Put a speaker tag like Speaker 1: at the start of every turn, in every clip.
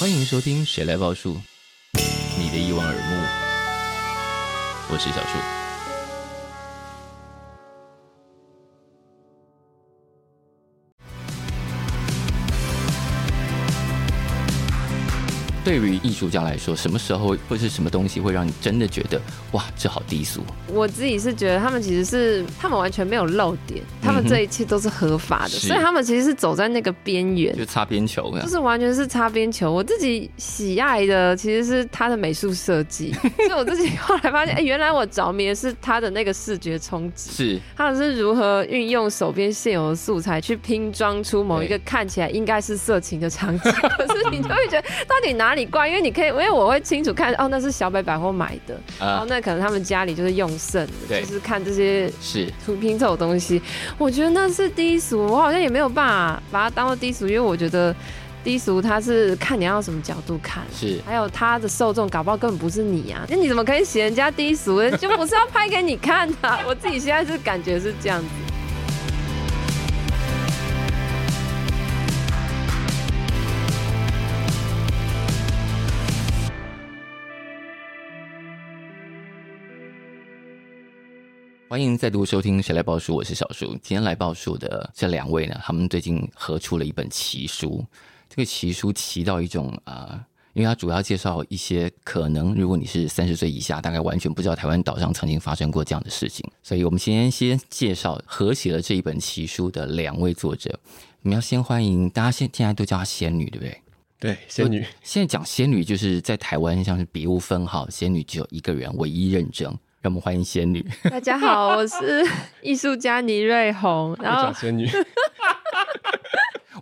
Speaker 1: 欢迎收听《谁来报数》，你的一望而目，我是小树。对于艺术家来说，什么时候会是什么东西会让你真的觉得哇，这好低俗？啊
Speaker 2: 我自己是觉得他们其实是他们完全没有漏点，他们这一切都是合法的，
Speaker 1: 是啊
Speaker 2: 所以他们其实是走在那个边缘
Speaker 1: 就。擦边球这
Speaker 2: 就
Speaker 1: 样。
Speaker 2: 是完全是擦边球。我自己喜爱的其实是他的美术设计，所以我自己后来发现，哎、原来我着迷的是他的那个视觉冲击。
Speaker 1: 是
Speaker 2: 他是如何运用手边现有的素材去拼装出某一个看起来应该是色情的场景，可是你就会觉得到底哪里怪？因为你可以，因为我会清楚看哦，那是小北百货买的，然后
Speaker 1: 啊，
Speaker 2: 哦那可能他们家里就是用剩的，
Speaker 1: 对
Speaker 2: 就是看这些
Speaker 1: 是
Speaker 2: 图拼凑的东西，我觉得那是低俗，我好像也没有办法把它当做低俗，因为我觉得低俗它是看你要用什么角度看。
Speaker 1: 是
Speaker 2: 还有他的受众搞不好根本不是你啊，那你怎么可以嫌人家低俗？呢？就不是要拍给你看的、 啊。我自己现在是感觉是这样子。
Speaker 1: 欢迎再度收听《谁来报数》，我是小叔。今天来报数的这两位呢，他们最近合出了一本奇书。这个奇书奇到一种啊、呃因为它主要介绍一些可能，如果你是三十岁以下，大概完全不知道台湾岛上曾经发生过这样的事情。所以我们今天先介绍合写了这一本奇书的两位作者。我们要先欢迎大家现现在都叫她仙女，对不对？
Speaker 3: 对，仙女，
Speaker 1: 现在讲仙女，就是在台湾像是别无分号，仙女只有一个人唯一认证。让我们欢迎仙女。
Speaker 2: 大家好，我是艺术家倪瑞 红，
Speaker 3: 我
Speaker 2: 然后
Speaker 3: 讲仙女，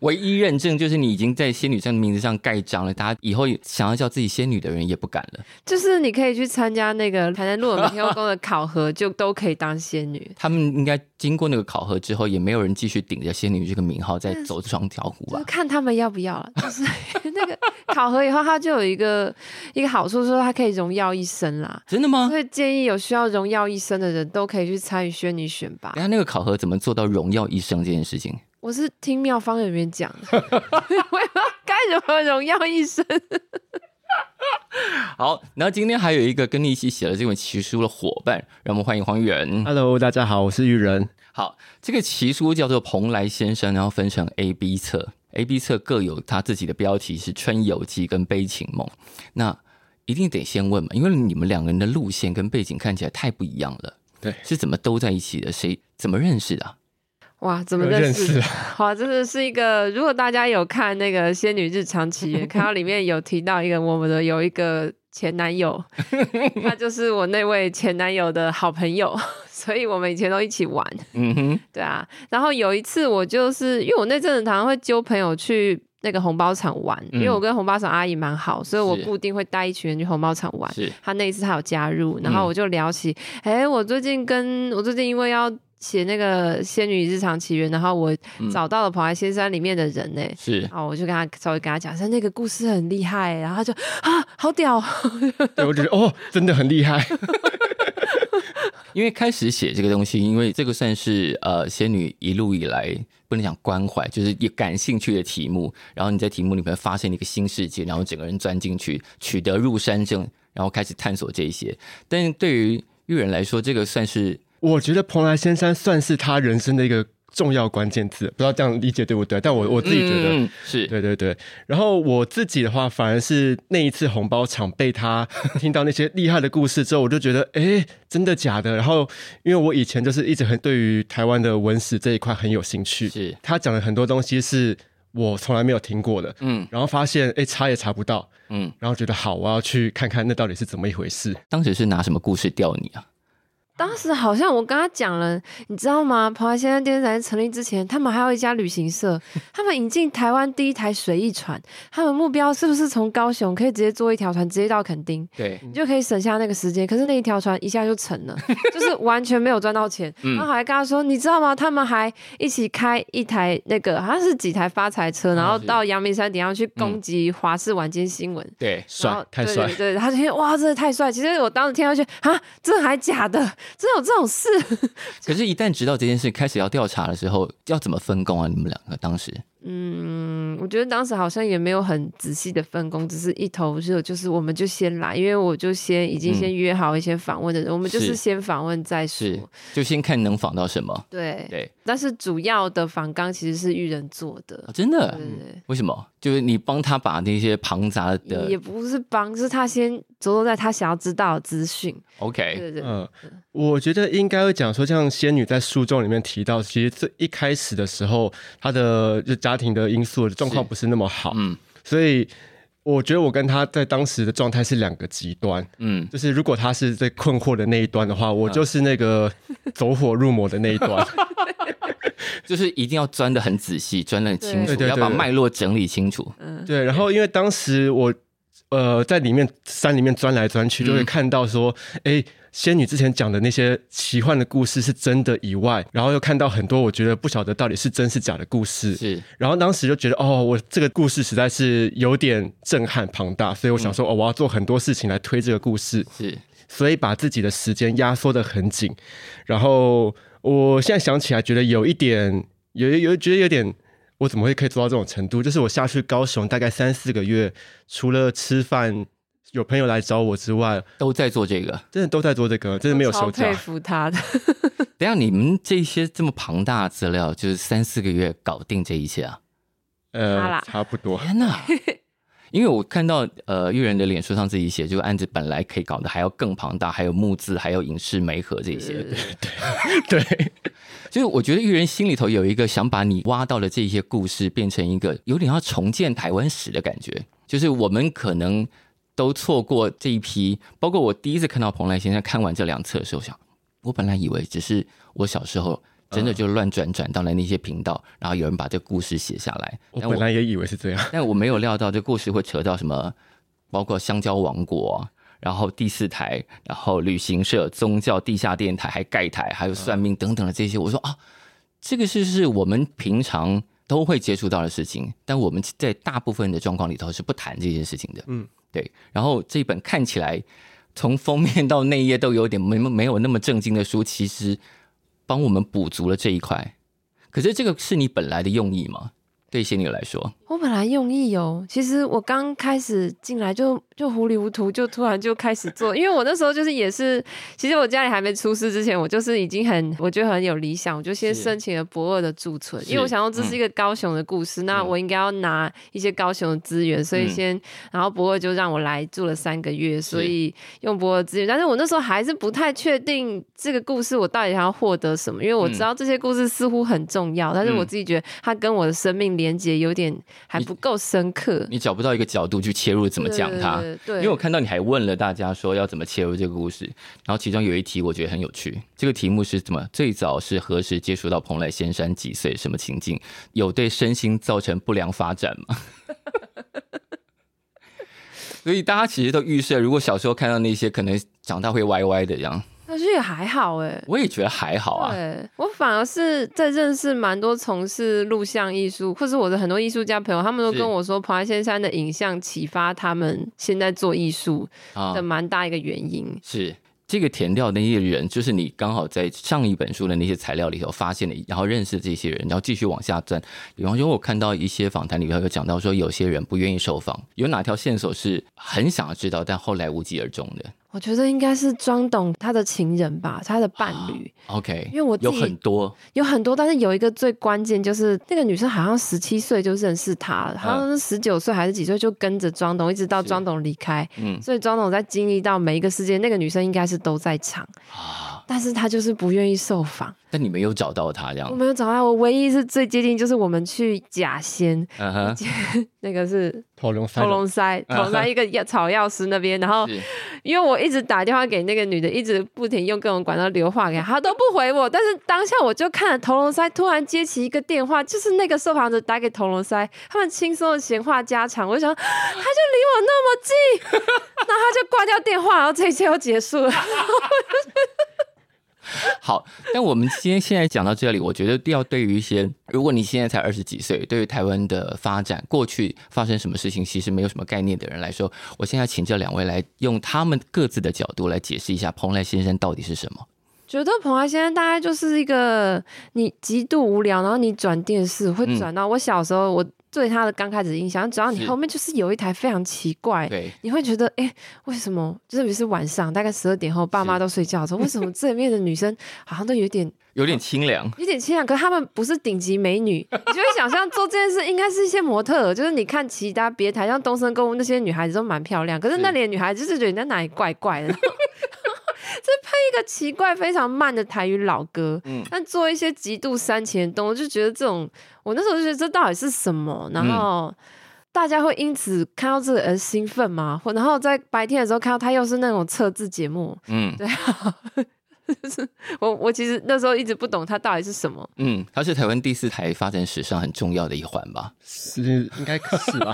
Speaker 1: 唯一认证就是你已经在仙女这样的名字上盖章了，大家以后想要叫自己仙女的人也不敢了。
Speaker 2: 就是你可以去参加那个台南路门天后宫的考核，就都可以当仙女。
Speaker 1: 他们应该经过那个考核之后，也没有人继续顶着仙女这个名号再走双条湖
Speaker 2: 就
Speaker 1: 吧
Speaker 2: 是？看他们要不要了，就是 那个考核以后，它就有一个一个好处，说它可以荣耀一生啦。
Speaker 1: 真的吗？
Speaker 2: 所以建议有需要荣耀一生的人都可以去参与宣女选拔
Speaker 3: 嗯
Speaker 1: 等一。啊下那个考核怎么做到荣耀一生这件事情？
Speaker 2: 我是听妙方人员讲的， 我也不知道该如何荣耀一生。
Speaker 1: 好，然后今天还有一个跟你一起写了这本奇书的伙伴，让我们欢迎黄远。
Speaker 3: Hello，大家好，我是玉人。
Speaker 1: 好，这个奇书叫做《蓬莱先生》，然后分成 A、B 册，A、B 册各有它自己的标题是《春游记》跟《悲情梦》。那一定得先问嘛，因为你们两个人的路线跟背景看起来太不一样了，
Speaker 3: 对
Speaker 1: 是怎么兜在一起的？谁怎么认识的啊、
Speaker 2: 哇，怎么
Speaker 3: 有认
Speaker 2: 认识
Speaker 3: 识啊
Speaker 2: 的？哇，真的是一个。如果大家有看那个《仙女日常奇缘》，看到里面有提到一个我们的有一个前男 友，他就是我那位前男友的好朋友， 所以我们以前都一起玩。
Speaker 1: 嗯哼，
Speaker 2: 对啊，然后有一次我就是因为我那阵子常常会揪朋友去那个红包场玩，
Speaker 1: 嗯
Speaker 2: 因为我跟红包场阿姨蛮好，所以我
Speaker 1: 是
Speaker 2: 固定会带一群人去红包场玩。
Speaker 1: 是嗯
Speaker 2: 他那一次他有加入，然后我就聊起，哎、我最近跟我最近因为要写那个《仙女日常奇缘》，然后我
Speaker 1: 嗯
Speaker 2: 找到了蓬莱仙山里面的人呢、
Speaker 1: 是，
Speaker 2: 然后我就跟他稍微跟他讲一下那个故事很厉害、然后他就啊好屌，
Speaker 3: 对，我就觉得哦，真的很厉害。
Speaker 1: 因为开始写这个东西，因为这个算是呃仙女一路以来不能讲关怀，就是也感兴趣的题目。然后你在题目里面发现一个新世界，然后整个人钻进去，取得入山证，然后开始探索这一些。但是对于玉人来说，这个算是
Speaker 3: 我觉得蓬莱仙山算是他人生的一个重要关键字，不知道这样理解对不对？但我我自己觉得，
Speaker 1: 嗯、是
Speaker 3: 对对对。然后我自己的话，反而是那一次红包场被他听到那些厉害的故事之后，我就觉得，哎，真的假的？然后因为我以前就是一直很对于台湾的文史这一块很有兴趣，
Speaker 1: 是
Speaker 3: 他讲的很多东西是我从来没有听过的，
Speaker 1: 嗯
Speaker 3: 然后发现哎查也查不到，
Speaker 1: 嗯，
Speaker 3: 然后觉得好，我要去看看那到底是怎么一回事。
Speaker 1: 当时是拿什么故事吊你啊？
Speaker 2: 当时好像我跟他讲了，你知道吗？澎湃先生电视台成立之前，他们还有一家旅 行社，他们引进台湾第一台水翼船，他们目标是不是从高雄可以直接坐一条船直接到垦丁？
Speaker 1: 对，
Speaker 2: 你就可以省下那个时间。可是那一条船一下就沉 了，就是完全没有赚到钱。
Speaker 1: 嗯
Speaker 2: 然后还跟他说，你知道吗？他们还一起开一台那个好像是几台发财车，然后
Speaker 1: 啊是嗯
Speaker 2: 到阳明山顶上去攻击华视晚间新闻。
Speaker 1: 对，
Speaker 2: 然
Speaker 3: 帅
Speaker 2: 后，
Speaker 3: 太
Speaker 2: 对
Speaker 3: 帅
Speaker 2: 对，对，他就觉得哇，真的太帅！其实我当时听到就啊，真的还假的？真的有这种事？
Speaker 1: 可是，一旦知道这件事开始要调查的时候，要怎么分工啊？你们两个当时
Speaker 2: 嗯，我觉得当时好像也没有很仔细的分工，只是一头热，就是我们就先来，因为我就先已经
Speaker 3: 嗯
Speaker 2: 先约好一些访问的人，我们就是
Speaker 1: 是
Speaker 2: 先访问再说。
Speaker 1: 是就先看能访到什么。
Speaker 2: 对，
Speaker 1: 对，
Speaker 2: 但是主要的仿纲其实是玉人做的
Speaker 1: 哦、，真
Speaker 2: 对
Speaker 1: 的？
Speaker 2: 对对。
Speaker 1: 为什么？就是你帮他把那些庞杂
Speaker 2: 也
Speaker 1: 的
Speaker 2: 不是帮，是他先着重在他想要知道的资讯，对
Speaker 1: OK，
Speaker 2: 对对，
Speaker 3: 嗯，我觉得应该会讲说，像仙女在书中里面提到，其实最一开始的时候，她的就家庭的因素状况
Speaker 1: 是
Speaker 3: 不是那么好，
Speaker 1: 嗯
Speaker 3: 所以我觉得我跟她在当时的状态是两个极端。
Speaker 1: 嗯，
Speaker 3: 就是如果她是最困惑的那一端的话，我就是那个走火入魔的那 一端。
Speaker 1: 就是一定要钻的很仔细，钻的很清楚，
Speaker 3: 对对对
Speaker 1: 要把
Speaker 3: 对
Speaker 1: 脉络整理清楚。
Speaker 2: 嗯，
Speaker 3: 对，然后因为当时我呃在里面山里面钻来钻去，就会
Speaker 1: 嗯
Speaker 3: 看到说，哎、仙女之前讲的那些奇幻的故事是真的以外，然后又看到很多我觉得不晓得到底是真是假的故事，
Speaker 1: 是
Speaker 3: 然后当时就觉得哦，我这个故事实在是有点震撼庞大，所以
Speaker 1: 嗯
Speaker 3: 我想说、哦，我要做很多事情来推这个故事，
Speaker 1: 是，
Speaker 3: 所以把自己的时间压缩的很紧。然后我现在想起来，觉得有一点，有有觉得有点，我怎么会可以做到这种程度？就是我下去高雄大概三四个月，除了吃饭有朋友来找我之外，
Speaker 1: 都在做这个。
Speaker 3: 真的都在做这个，真的没有
Speaker 2: 超
Speaker 3: 休假
Speaker 2: 佩。服他的。
Speaker 1: 等一下你们这些这么庞大的资料，就是三四个月搞定这一切啊？
Speaker 2: 他
Speaker 3: 呃
Speaker 2: 啦，
Speaker 3: 差不 多。
Speaker 1: 天哪！因为我看到呃玉人的脸书上自己写，这个案子本来可以搞得还要更庞大，还有募资，还有影视媒合这些。
Speaker 3: 对，
Speaker 1: 就是我觉得玉人心里头有一个想把你挖到的这些故事变成一个有点要重建台湾史的感觉，就是我们可能都错过这一批，包括我第一次看到蓬莱先生看完这两册的时候，我想我本来以为只是我小时候真的就乱转转到了那些频道，然后有人把这故事写下来，
Speaker 3: 我
Speaker 1: 但
Speaker 3: 本来也以为是这样。
Speaker 1: 但我没有料到这故事会扯到什么，包括香蕉王国、然后第四台，然后旅行社、宗教、地下电台，还盖台，还有算命等等的这些。我说啊，这个是是我们平常都会接触到的事情，但我们在大部分的状况里头是不谈这些事情的。
Speaker 3: 嗯，
Speaker 1: 对。然后这一本看起来从封面到内页都有点没没有那么正经的书，其实帮我们补足了这一块。可是这个是你本来的用意吗？对仙女来说，
Speaker 2: 我本来用意有，其实我刚开始进来就就糊里糊涂，就突然就开始做，因为我那时候就是也是，其实我家里还没出事之前，我就是已经很我觉得很有理想，我就先
Speaker 1: 是
Speaker 2: 申请了博二的驻村，
Speaker 1: 是嗯
Speaker 2: 因为我想说这是一个高雄的故事，那我应该要拿一些高雄的资源，所以
Speaker 1: 嗯
Speaker 2: 先，然后博二就让我来住了三个月，所以用博二资源，但是我那时候还是不太确定这个故事我到底想要获得什么，因为我
Speaker 1: 嗯
Speaker 2: 知道这些故事似乎很重要，但是我
Speaker 1: 嗯
Speaker 2: 自己觉得它跟我的生命连接有点还不够深刻。
Speaker 1: 你找不到一个角度去切入怎么讲它。
Speaker 2: 对
Speaker 1: 因
Speaker 2: 对，
Speaker 1: 为我看到你还问了大家说要怎么切入这个故事，然后其中有一题我觉得很有趣，这个题目是怎么最早是何时接触到蓬莱仙山，几岁，什么情境，有对身心造成不良发展吗？ 所以大家其实都预设，如果小时候看到那些，可能长大会歪歪的这样。
Speaker 2: 但是也还好哎、
Speaker 1: 我也觉得还好啊，
Speaker 2: 对，我反而是在认识蛮多从事录像艺术，或是我的很多艺术家朋友，他们都
Speaker 1: 是
Speaker 2: 跟我说，蓬莱仙山的影像启发他们现在做艺术
Speaker 1: 啊
Speaker 2: 的，蛮大一个原因。
Speaker 1: 是这个填掉的那些人，就是你刚好在上一本书的那些材料里头发现的，然后认识这些人，然后继续往下钻。比方说，我看到一些访谈里头有讲到说，有些人不愿意受访，有哪条线索是很想要知道，但后来无疾而终的
Speaker 2: 我觉得应该是庄董他的情人吧，他的伴
Speaker 1: 啊
Speaker 2: 侣。
Speaker 1: ？OK，
Speaker 2: 因为我自
Speaker 1: 有
Speaker 2: 己
Speaker 1: 很多
Speaker 2: 有很多，但是有一个最关键就是那个女生好像十七岁就认识他了，好像是十九岁还是几岁就跟着庄董，一直到
Speaker 1: 是
Speaker 2: 庄董离开。
Speaker 1: 嗯
Speaker 2: 所以庄董在经历到每一个事件，那个女生应该是都在场。
Speaker 1: 啊，
Speaker 2: 但是他就是不愿意受访。
Speaker 1: 但你们又找到他这样
Speaker 2: 我，没有找到，我唯一是最接近就是我们去假仙，
Speaker 1: 嗯哼，
Speaker 2: 那 个是
Speaker 3: 头龙塞
Speaker 2: 喉咙塞，
Speaker 1: 啊
Speaker 2: 喉咙塞一个药草药师那边，然后
Speaker 1: 是
Speaker 2: 因为我一直打电话给那个女的，一直不停用各种管道留话给她，她都不回我。但是当下我就看了头龙塞突然接起一个电话，就是那个受访者打给头龙塞，他们轻松的闲话家常，我就想他就离我那么近，然后他就挂掉电话，然后这一切又结束了。
Speaker 1: 好，但我们今天现在讲到这里，我觉得要对于一些，如果你现在才二十几岁，对于台湾的发展、过去发生什么事情，其实没有什么概念的人来说，我现在请这两位来用他们各自的角度来解释一下蓬莱先生到底是什么。
Speaker 2: 觉得蓬莱先生大概就是一个你极度无聊，然后你转电视会
Speaker 1: 嗯
Speaker 2: 转到我小时候我对他的刚开始印象，只要你
Speaker 1: 是
Speaker 2: 后面就是有一台非常奇怪。
Speaker 1: 对，
Speaker 2: 你会觉得，哎、为什么？就特别是晚上，大概十二点后，爸妈
Speaker 1: 是
Speaker 2: 都睡觉的时候，为什么这里面的女生好像都有点
Speaker 1: 有点清凉。
Speaker 2: 有点清啊凉？可是她们不是顶级美 女，你就会想象做这件事应该是一些模特儿，就是你看其他别台，像东森购物那些女孩子都蛮漂亮，可是
Speaker 1: 是
Speaker 2: 那里的女孩子就是觉得你在哪里怪怪的。然后 然后再配一个奇怪、非常慢的台语老歌，
Speaker 1: 嗯
Speaker 2: 但做一些极度煽情的动作，就觉得这种，我那时候就觉得这到底是什么？然后
Speaker 3: 嗯
Speaker 2: 大家会因此看到这个而兴奋吗？或然后在白天的时候看到他又是那种测字节目，
Speaker 1: 嗯
Speaker 2: 对啊。就是我，我其实那时候一直不懂它到底是什么。
Speaker 1: 嗯，它是台湾第四台发展史上很重要的一环吧？
Speaker 3: 是应该是 吧？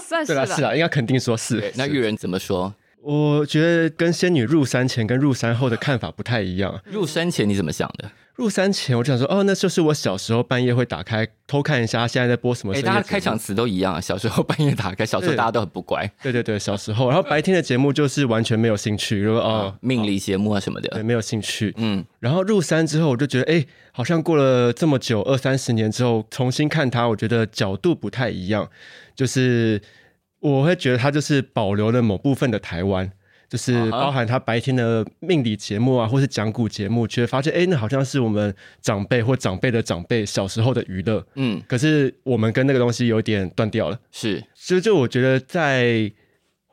Speaker 2: 算是
Speaker 3: 对
Speaker 2: 吧
Speaker 3: 啦，，是啦，应该肯定说是。
Speaker 1: 那玉人怎么说？
Speaker 3: 我觉得跟仙女入山前跟入山后的看法不太一样。
Speaker 1: 入山前你怎么想的？
Speaker 3: 入山前我就想说，哦，那就是我小时候半夜会打开偷看一下现在在播什么
Speaker 1: 哎、
Speaker 3: 深夜节
Speaker 1: 大
Speaker 3: 目。
Speaker 1: 家开场词都一样，啊小时候半夜打开，小时候
Speaker 3: 对
Speaker 1: 大家都很不乖，
Speaker 3: 对对对，小时候，然后白天的节目就是完全没有兴趣，如果哦，
Speaker 1: 命理节目啊什么
Speaker 3: 对，
Speaker 1: 的。
Speaker 3: 没有兴趣。
Speaker 1: 嗯，
Speaker 3: 然后入山之后，我就觉得，哎，好像过了这么久，二三十年之后，重新看它，我觉得角度不太一样，就是我会觉得它就是保留了某部分的台湾。就是
Speaker 1: 啊哈
Speaker 3: 包含它白天的命理节目啊，或是讲古节目，觉得发现，哎、那好像是我们长辈或长辈的长辈小时候的娱乐，
Speaker 1: 嗯，
Speaker 3: 可是我们跟那个东西有点断掉了。
Speaker 1: 是
Speaker 3: 所以就我觉得在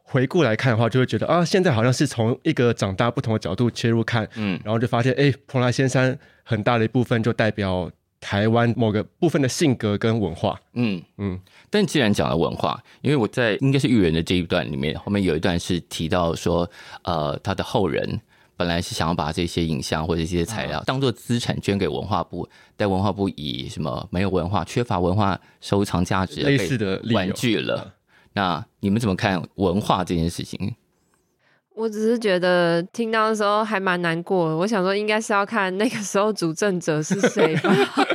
Speaker 3: 回顾来看的话，就会觉得啊，现在好像是从一个长大不同的角度切入看，
Speaker 1: 嗯
Speaker 3: 然后就发现，哎，蓬莱仙山很大的一部分就代表台湾某个部分的性格跟文化。
Speaker 1: 嗯嗯
Speaker 3: 嗯。
Speaker 1: 但既然讲了文化，因为我在应该是育人的这一段里面，后面有一段是提到说，呃，他的后人本来是想要把这些影像或者这些材
Speaker 3: 啊
Speaker 1: 料当做资产捐给文化部，但文化部以什么没有文化、缺乏文化收藏价值
Speaker 3: 类似的理
Speaker 1: 被
Speaker 3: 由嗯
Speaker 1: 婉拒了。那你们怎么看文化这件事情？
Speaker 2: 我只是觉得听到的时候还蛮难过的。我想说，应该是要看那个时候主政者是谁 吧。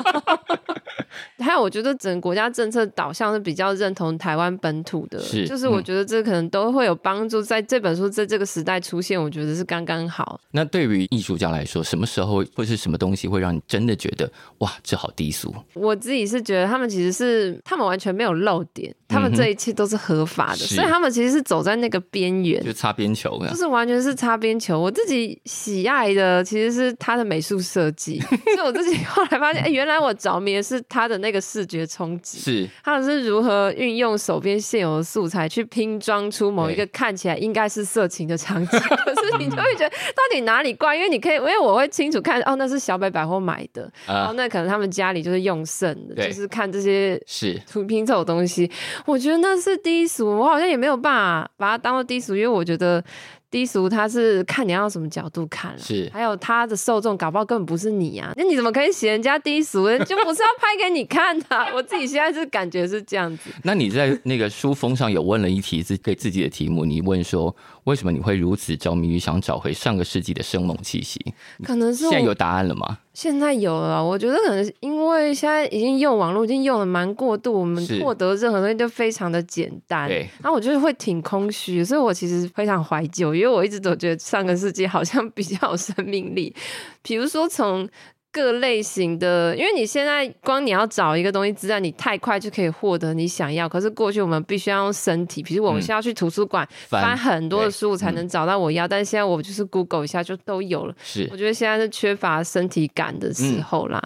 Speaker 2: 还有，我觉得整个国家政策导向是比较认同台湾本土的，
Speaker 1: 是
Speaker 2: 就是我
Speaker 1: 嗯
Speaker 2: 觉得这可能都会有帮助。在这本书在这个时代出现，我觉得是刚刚好。
Speaker 1: 那对于艺术家来说，什么时候或是什么东西会让你真的觉得哇，这好低俗？
Speaker 2: 我自己是觉得他们其实是他们完全没有漏点，他
Speaker 1: 嗯
Speaker 2: 们
Speaker 1: 哼
Speaker 2: 这一切都是合法的，
Speaker 1: 是
Speaker 2: 所以他们其实是走在那个边缘
Speaker 1: 就。擦边球，啊
Speaker 2: 就是完全是擦边球。我自己喜爱的其实是他的美术设 计，所以我自己后来发现，哎、原来我着迷的是他的那个视觉冲击，
Speaker 1: 是
Speaker 2: 他是如何运用手边现有的素材去拼装出某一个看起来应该是色情的场 景，可是你就会觉得到底哪里怪？因为你可以，因为我会清楚看，哦，那是小北百货买的，
Speaker 1: 啊、
Speaker 2: 哦，那可能他们家里就是用剩的，
Speaker 1: 对
Speaker 2: 就是看这些
Speaker 1: 是
Speaker 2: 图拼这种东西，我觉得那是低俗，我好像也没有办法把它当做低俗，因为我觉得低俗它是看你要用什么角度看了、
Speaker 1: 是
Speaker 2: 还有它的受众搞不好根本不是你啊，那你怎么可以写人家低俗呢？就不是要拍给你看的 啊、我自己现在是感觉是这样子，
Speaker 1: 那你在那个书封上有问了一题自给自己的题目，你问说为什么你会如此着迷于想找回上个世纪的生猛气息？
Speaker 2: 可能是
Speaker 1: 现在有
Speaker 2: 我
Speaker 1: 答案了吗？
Speaker 2: 现在有了，我觉得可能是因为现在已经用网络已经用的蛮过度，我们
Speaker 1: 是
Speaker 2: 获得任何东西都非常的简单，
Speaker 1: 对，
Speaker 2: 然后我就是会挺空虚，所以我其实非常怀旧，因为我一直都觉得上个世纪好像 比较有生命力。比如说从各类型的，因为你现在光你要找一个东西资料，你太快就可以获得你想要。可是过去我们必须要用身体，比如我
Speaker 1: 嗯
Speaker 2: 们是要去图书馆、
Speaker 1: 翻
Speaker 2: 翻很多
Speaker 1: 对嗯
Speaker 2: 的书才能找到我要，但现在我就是 Google 一下就都有了。
Speaker 1: 是嗯
Speaker 2: 我觉得现在是缺乏身体感的时候啦，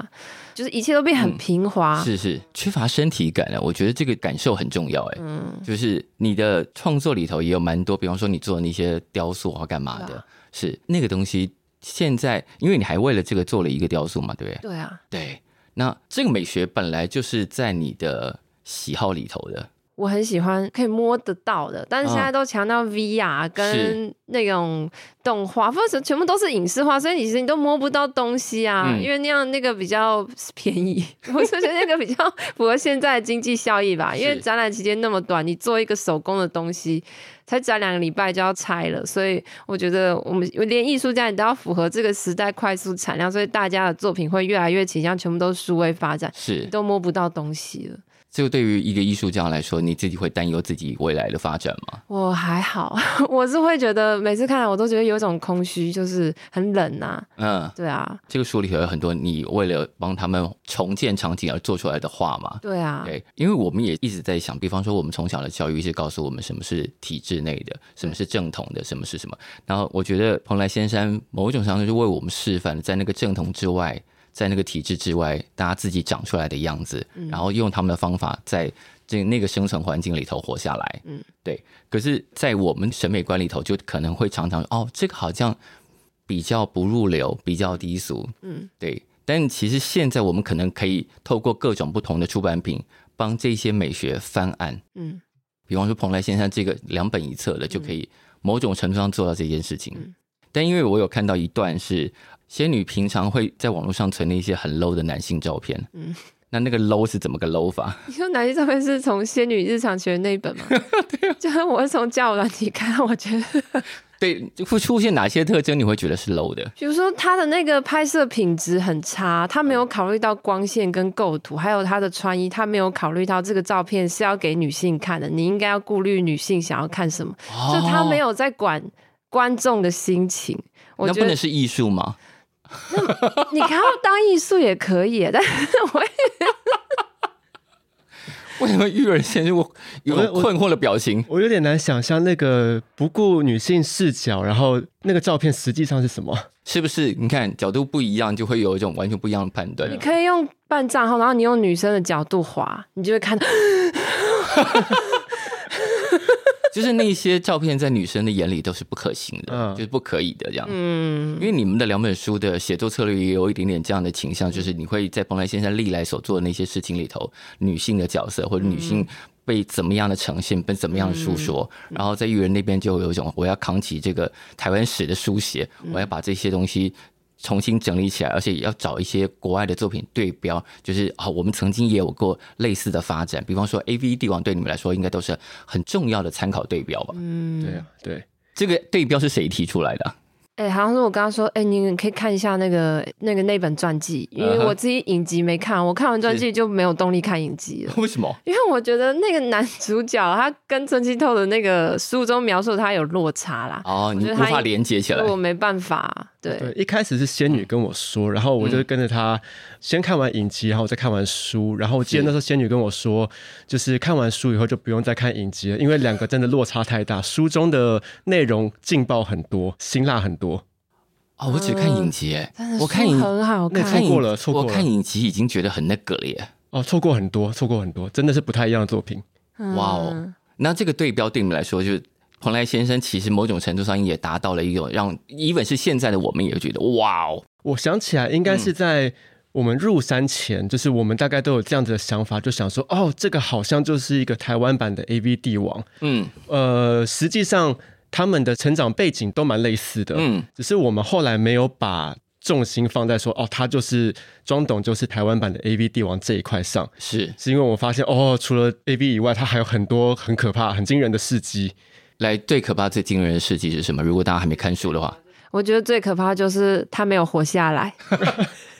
Speaker 2: 就是一切都变很平滑。
Speaker 1: 是是，缺乏身体感啊，我觉得这个感受很重要哎、
Speaker 2: 嗯
Speaker 1: 就是你的
Speaker 2: 啊
Speaker 1: 创作里头也有蛮多，比方说你做那些雕塑啊干嘛的，是那个东西。现在因为你还为了这个做了一个雕塑嘛，对不对？
Speaker 2: 对啊，
Speaker 1: 对，那这个美学本来就是在你的喜好里头的，
Speaker 2: 我很喜欢可以摸得到的，但是
Speaker 1: 嗯
Speaker 2: 现在都强调 VR 跟那种动画，或者全部都是影视化，所以其实你都摸不到东西啊，
Speaker 1: 嗯
Speaker 2: 因为那样那个比较便宜， 我就觉得那个比较符合现在的经济效益吧。
Speaker 1: 是
Speaker 2: 因为展览期间那么短，你做一个手工的东西，才展两个礼拜就要拆了，所以我觉得我们连艺术家你都要符合这个时代快速产量，所以大家的作品会越来越倾向全部都数位发展，
Speaker 1: 是
Speaker 2: 你都摸不到东西了。
Speaker 1: 就对于一个艺术家来说，你自己会担忧自己未来的发展吗？
Speaker 2: 我还好， 我是会觉得每次看来我都觉得有一种空虚，就是很冷啊，
Speaker 1: 嗯，
Speaker 2: 对啊，
Speaker 1: 这个书里头有很多你为了帮他们重建场景而做出来的画嘛。
Speaker 2: 对啊，
Speaker 1: 对，因为我们也一直在想，比方说我们从小的教育是告诉我们什么是体制内的，什么是正统的，什么是什么。然后我觉得蓬莱仙山某种程度上是为我们示范，在那个正统之外，在那个体制之外，大家自己长出来的样子，然后用他们的方法在这那个生存环境里头活下来。
Speaker 2: 嗯
Speaker 1: 嗯，对。可是，在我们审美观里头，就可能会常常哦，这个好像比较不入流，比较低俗。
Speaker 2: 嗯，
Speaker 1: 对。但其实现在我们可能可以透过各种不同的出版品，帮这些美学翻案。
Speaker 2: 嗯，
Speaker 1: 比方说蓬莱先生这个两本一册的，就可以某种程度上做到这件事情。
Speaker 2: 嗯
Speaker 1: 但因为我有看到一段是仙女平常会在网络上存那些很 low 的男性照片，
Speaker 2: 嗯
Speaker 1: 嗯，那那个 low 是怎么个 low 法？
Speaker 2: 你说哪些照片是从《仙女日常学》那一本吗？
Speaker 1: 啊
Speaker 2: 就是我是从教软体看，我觉得，
Speaker 1: 对，就会出现哪些特征你会觉得是 low 的？
Speaker 2: 比如说他的那个拍摄品质很差，他
Speaker 1: 嗯
Speaker 2: 没有考虑到光线跟构图，还有他的穿衣，他没有考虑到这个照片是要给女性看的，你应该要顾虑女性想要看什么，哦就他没
Speaker 1: 有，
Speaker 2: 有在管观众的心情。我
Speaker 1: 哦那
Speaker 2: 觉
Speaker 1: 不
Speaker 2: 得
Speaker 1: 能是艺术吗？
Speaker 2: 你看要当艺术也可以，但是 我
Speaker 1: 为什么育儿先生有
Speaker 3: 我我
Speaker 1: 困惑的表情？
Speaker 3: 我有点难想象那个不顾女性视角，然后那个照片实际上是什么？
Speaker 1: 是不是？你看角度不一样，就会有一种完全不一样的判断
Speaker 2: 你。可以用办账号，然后你用女生的角度滑，你就会 看到
Speaker 1: 就是那些照片在女生的眼里都是不可行的，
Speaker 3: 嗯
Speaker 1: 就是不可以的这样。
Speaker 2: 嗯
Speaker 1: 因，为你们的两本书的写作策略也有一点点这样的倾向，就是你会在蓬莱先生历来所做的那些事情里头，女性的角色或者女性被怎么样的呈现，被怎么样的诉说，然后在育人那边就有一种我要扛起这个台湾史的书写，我要把这些东西。重新整理起来，而且也要找一些国外的作品对标，就是啊、我们曾经也有过类似的发展，比方说 A V 帝王对你们来说应该都是很重要的参考对标吧？
Speaker 2: 嗯
Speaker 3: 对啊，对，
Speaker 1: 这个对标是谁提出来的啊？
Speaker 2: 哎、好像是我刚刚说，哎、你可以看一下那个那个那本传记，因为
Speaker 1: 嗯哼
Speaker 2: 我自己影集没看，我看完传记就没有动力看影 集了。
Speaker 1: 为什么？
Speaker 2: 因为我觉得那个男主角他跟曾七透的那个书中描述他有落差啦，
Speaker 1: 哦，你
Speaker 2: 觉得
Speaker 1: 无
Speaker 2: 他
Speaker 1: 法
Speaker 2: 应
Speaker 1: 连接起来
Speaker 2: 所以。我没办法。对，
Speaker 3: 对，一开始是仙女跟我说，然后我就跟着她先看完影集，然后我再看完书。然后我记得那时候仙女跟我说，就是看完书以后就不用再看影集了，因为两个真的落差太大，书中的内容劲爆很多，辛辣很多。
Speaker 1: 哦，我只看影集耶，
Speaker 2: 但嗯是
Speaker 1: 我看
Speaker 2: 书
Speaker 1: 影，
Speaker 2: 很好
Speaker 1: 我
Speaker 2: 看，
Speaker 3: 那
Speaker 1: 看
Speaker 3: 错
Speaker 1: 影
Speaker 3: 过了错过
Speaker 1: 我
Speaker 3: 了
Speaker 1: 看影集已经觉得很那个了耶。
Speaker 3: 哦，错过很多，错过很多，真的是不太一样的作品。
Speaker 2: 嗯
Speaker 1: 哇哦，那这个对标对你们来说，就是蓬莱先生，其实某种程度上也达到了一种让，even 是现在的我们也觉得哇哦，
Speaker 3: 我想起来，应该是在我们入山前，就是我们大概都有这样子的想法，就想说，哦，这个好像就是一个台湾版的 A V 帝王。
Speaker 1: 嗯
Speaker 3: 呃，实际上他们的成长背景都蛮类似的，
Speaker 1: 嗯
Speaker 3: 只是我们后来没有把重心放在说，哦，他就是庄董，就是台湾版的 A V 帝王这一块上，
Speaker 1: 是
Speaker 3: 是因为我发现，哦，除了 A V 以外，他还有很多很可怕、很惊人的事迹。
Speaker 1: 来最可怕、最惊人的事迹是什么？如果大家还没看书的话，
Speaker 2: 我觉得最可怕就是他没有活下 来，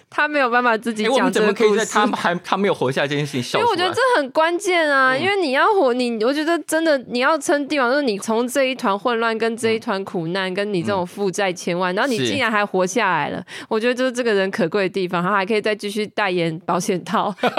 Speaker 2: 他没有办法自己
Speaker 1: 哎，我
Speaker 2: 讲
Speaker 1: 们
Speaker 2: 这
Speaker 1: 怎
Speaker 2: 个
Speaker 1: 么可以
Speaker 2: 故
Speaker 1: 在
Speaker 2: 事。
Speaker 1: 他还他没有活下来这嗯件事情笑
Speaker 2: 因为
Speaker 1: 出
Speaker 2: 我觉得
Speaker 1: 来
Speaker 2: 这？很关键啊，因为你要活，你我觉得真的你要称帝王，就是你从这一团混乱跟这一团苦难，跟你这种负债千万，然后你
Speaker 1: 嗯是
Speaker 2: 竟然还活下来了，我觉得就是这个人可贵的地方，他还可以再继续代言保险套， 就是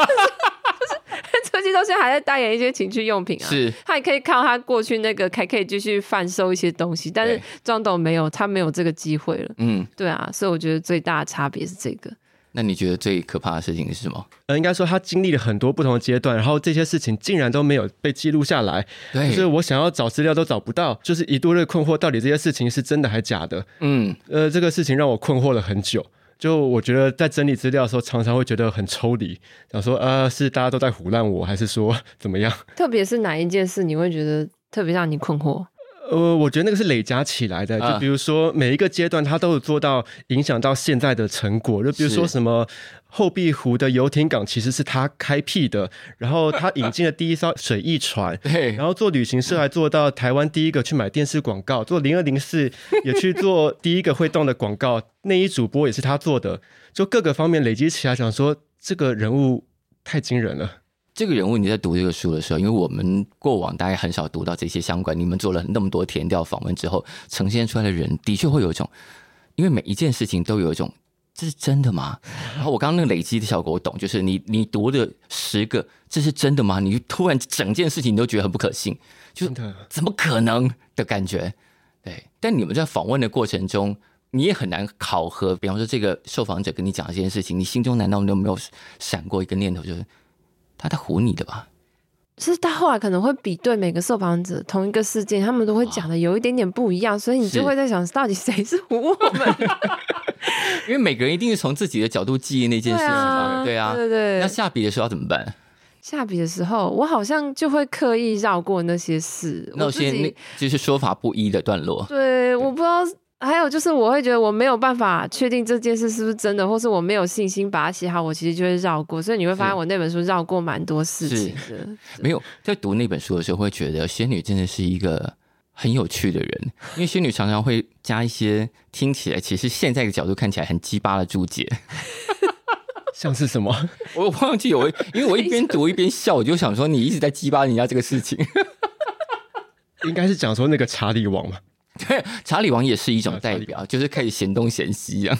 Speaker 2: 陈其都现在还在代言一些情趣用品啊，
Speaker 1: 是
Speaker 2: 他也可以靠他过去那个还可以继续贩售一些东西，但是
Speaker 1: 对
Speaker 2: 庄董没有，他没有这个机会了。
Speaker 1: 嗯，
Speaker 2: 对啊，所以我觉得最大的差别是这个。
Speaker 1: 那你觉得最可怕的事情是什么？
Speaker 3: 呃，应该说他经历了很多不同的阶段，然后这些事情竟然都没有被记录下来，就
Speaker 1: 对
Speaker 3: 是我想要找资料都找不到，就是一度的困惑，到底这些事情是真的还假的？
Speaker 1: 嗯，
Speaker 3: 呃，这个事情让我困惑了很久。就我觉得在整理资料的时候，常常会觉得很抽离，想说，呃，是大家都在胡乱我，还是说怎么样？
Speaker 2: 特别是哪一件事，你会觉得特别让你困惑？
Speaker 3: 呃，我觉得那个是累加起来的，
Speaker 1: 啊
Speaker 3: 就比如说每一个阶段，它都有做到影响到现在的成果。就比如说
Speaker 1: 是，
Speaker 3: 什么后壁湖的游艇港其实是他开辟的，然后他引进了第一艘水翼船
Speaker 1: 对
Speaker 3: 然，后做旅行社还做到台湾第一个去买电视广告，做零二零四 也去做第一个会动的广告，内衣主播也是他做的，就各个方面累积起来，想说这个人物太惊人了。
Speaker 1: 这个人物你在读这个书的时候，因为我们过往大概很少读到这些相关，你们做了那么多填调访问之后，呈现出来的人的确会有一种，因为每一件事情都有一种。这是真的吗？然后我刚刚那个累积的效果我懂，就是你你读的十个，这是真的吗？你突然整件事情你都觉得很不可信，就是
Speaker 3: 真的
Speaker 1: 怎么可能的感觉。对，但你们在访问的过程中，你也很难考核。比方说，这个受访者跟你讲这件事情，你心中难道都没有闪过一个念头，就是他在唬你的吧？
Speaker 2: 是他后来可能会比对每个受访者同一个事件，他们都会讲的有一点点不一样，所以你
Speaker 1: 是
Speaker 2: 就会在想，到底谁是唬 我们？
Speaker 1: 因为每个人一定是从自己的角度记忆那件事情嘛，对啊。
Speaker 2: 对对
Speaker 1: 那
Speaker 2: 对。
Speaker 1: 下笔的时候要怎么办？
Speaker 2: 下笔的时候，我好像就会刻意绕过那些事，
Speaker 1: 那
Speaker 2: 我自
Speaker 1: 些
Speaker 2: 己
Speaker 1: 那就是说法不一的段落，
Speaker 2: 对，我不知道。还有就是，我会觉得我没有办法确定这件事是不是真的，或是我没有信心把它写好，我其实就会绕过。所以你会发
Speaker 1: 是
Speaker 2: 现，我那本书绕过蛮多事情的。
Speaker 1: 没有在读那本书的时候，会觉得仙女真的是一个很有趣的人，因为仙女常常会加一些听起来其实现在的角度看起来很鸡巴的注解，
Speaker 3: 像是什么？
Speaker 1: 我忘记我，因为我一边读一边笑，我就想说你一直在激巴人家这个事情。
Speaker 3: 应该是讲说那个查理王嘛。
Speaker 1: 对， 查理王也是一种
Speaker 3: 啊
Speaker 1: 代
Speaker 3: 查理
Speaker 1: 表，就是开始嫌东嫌西这样。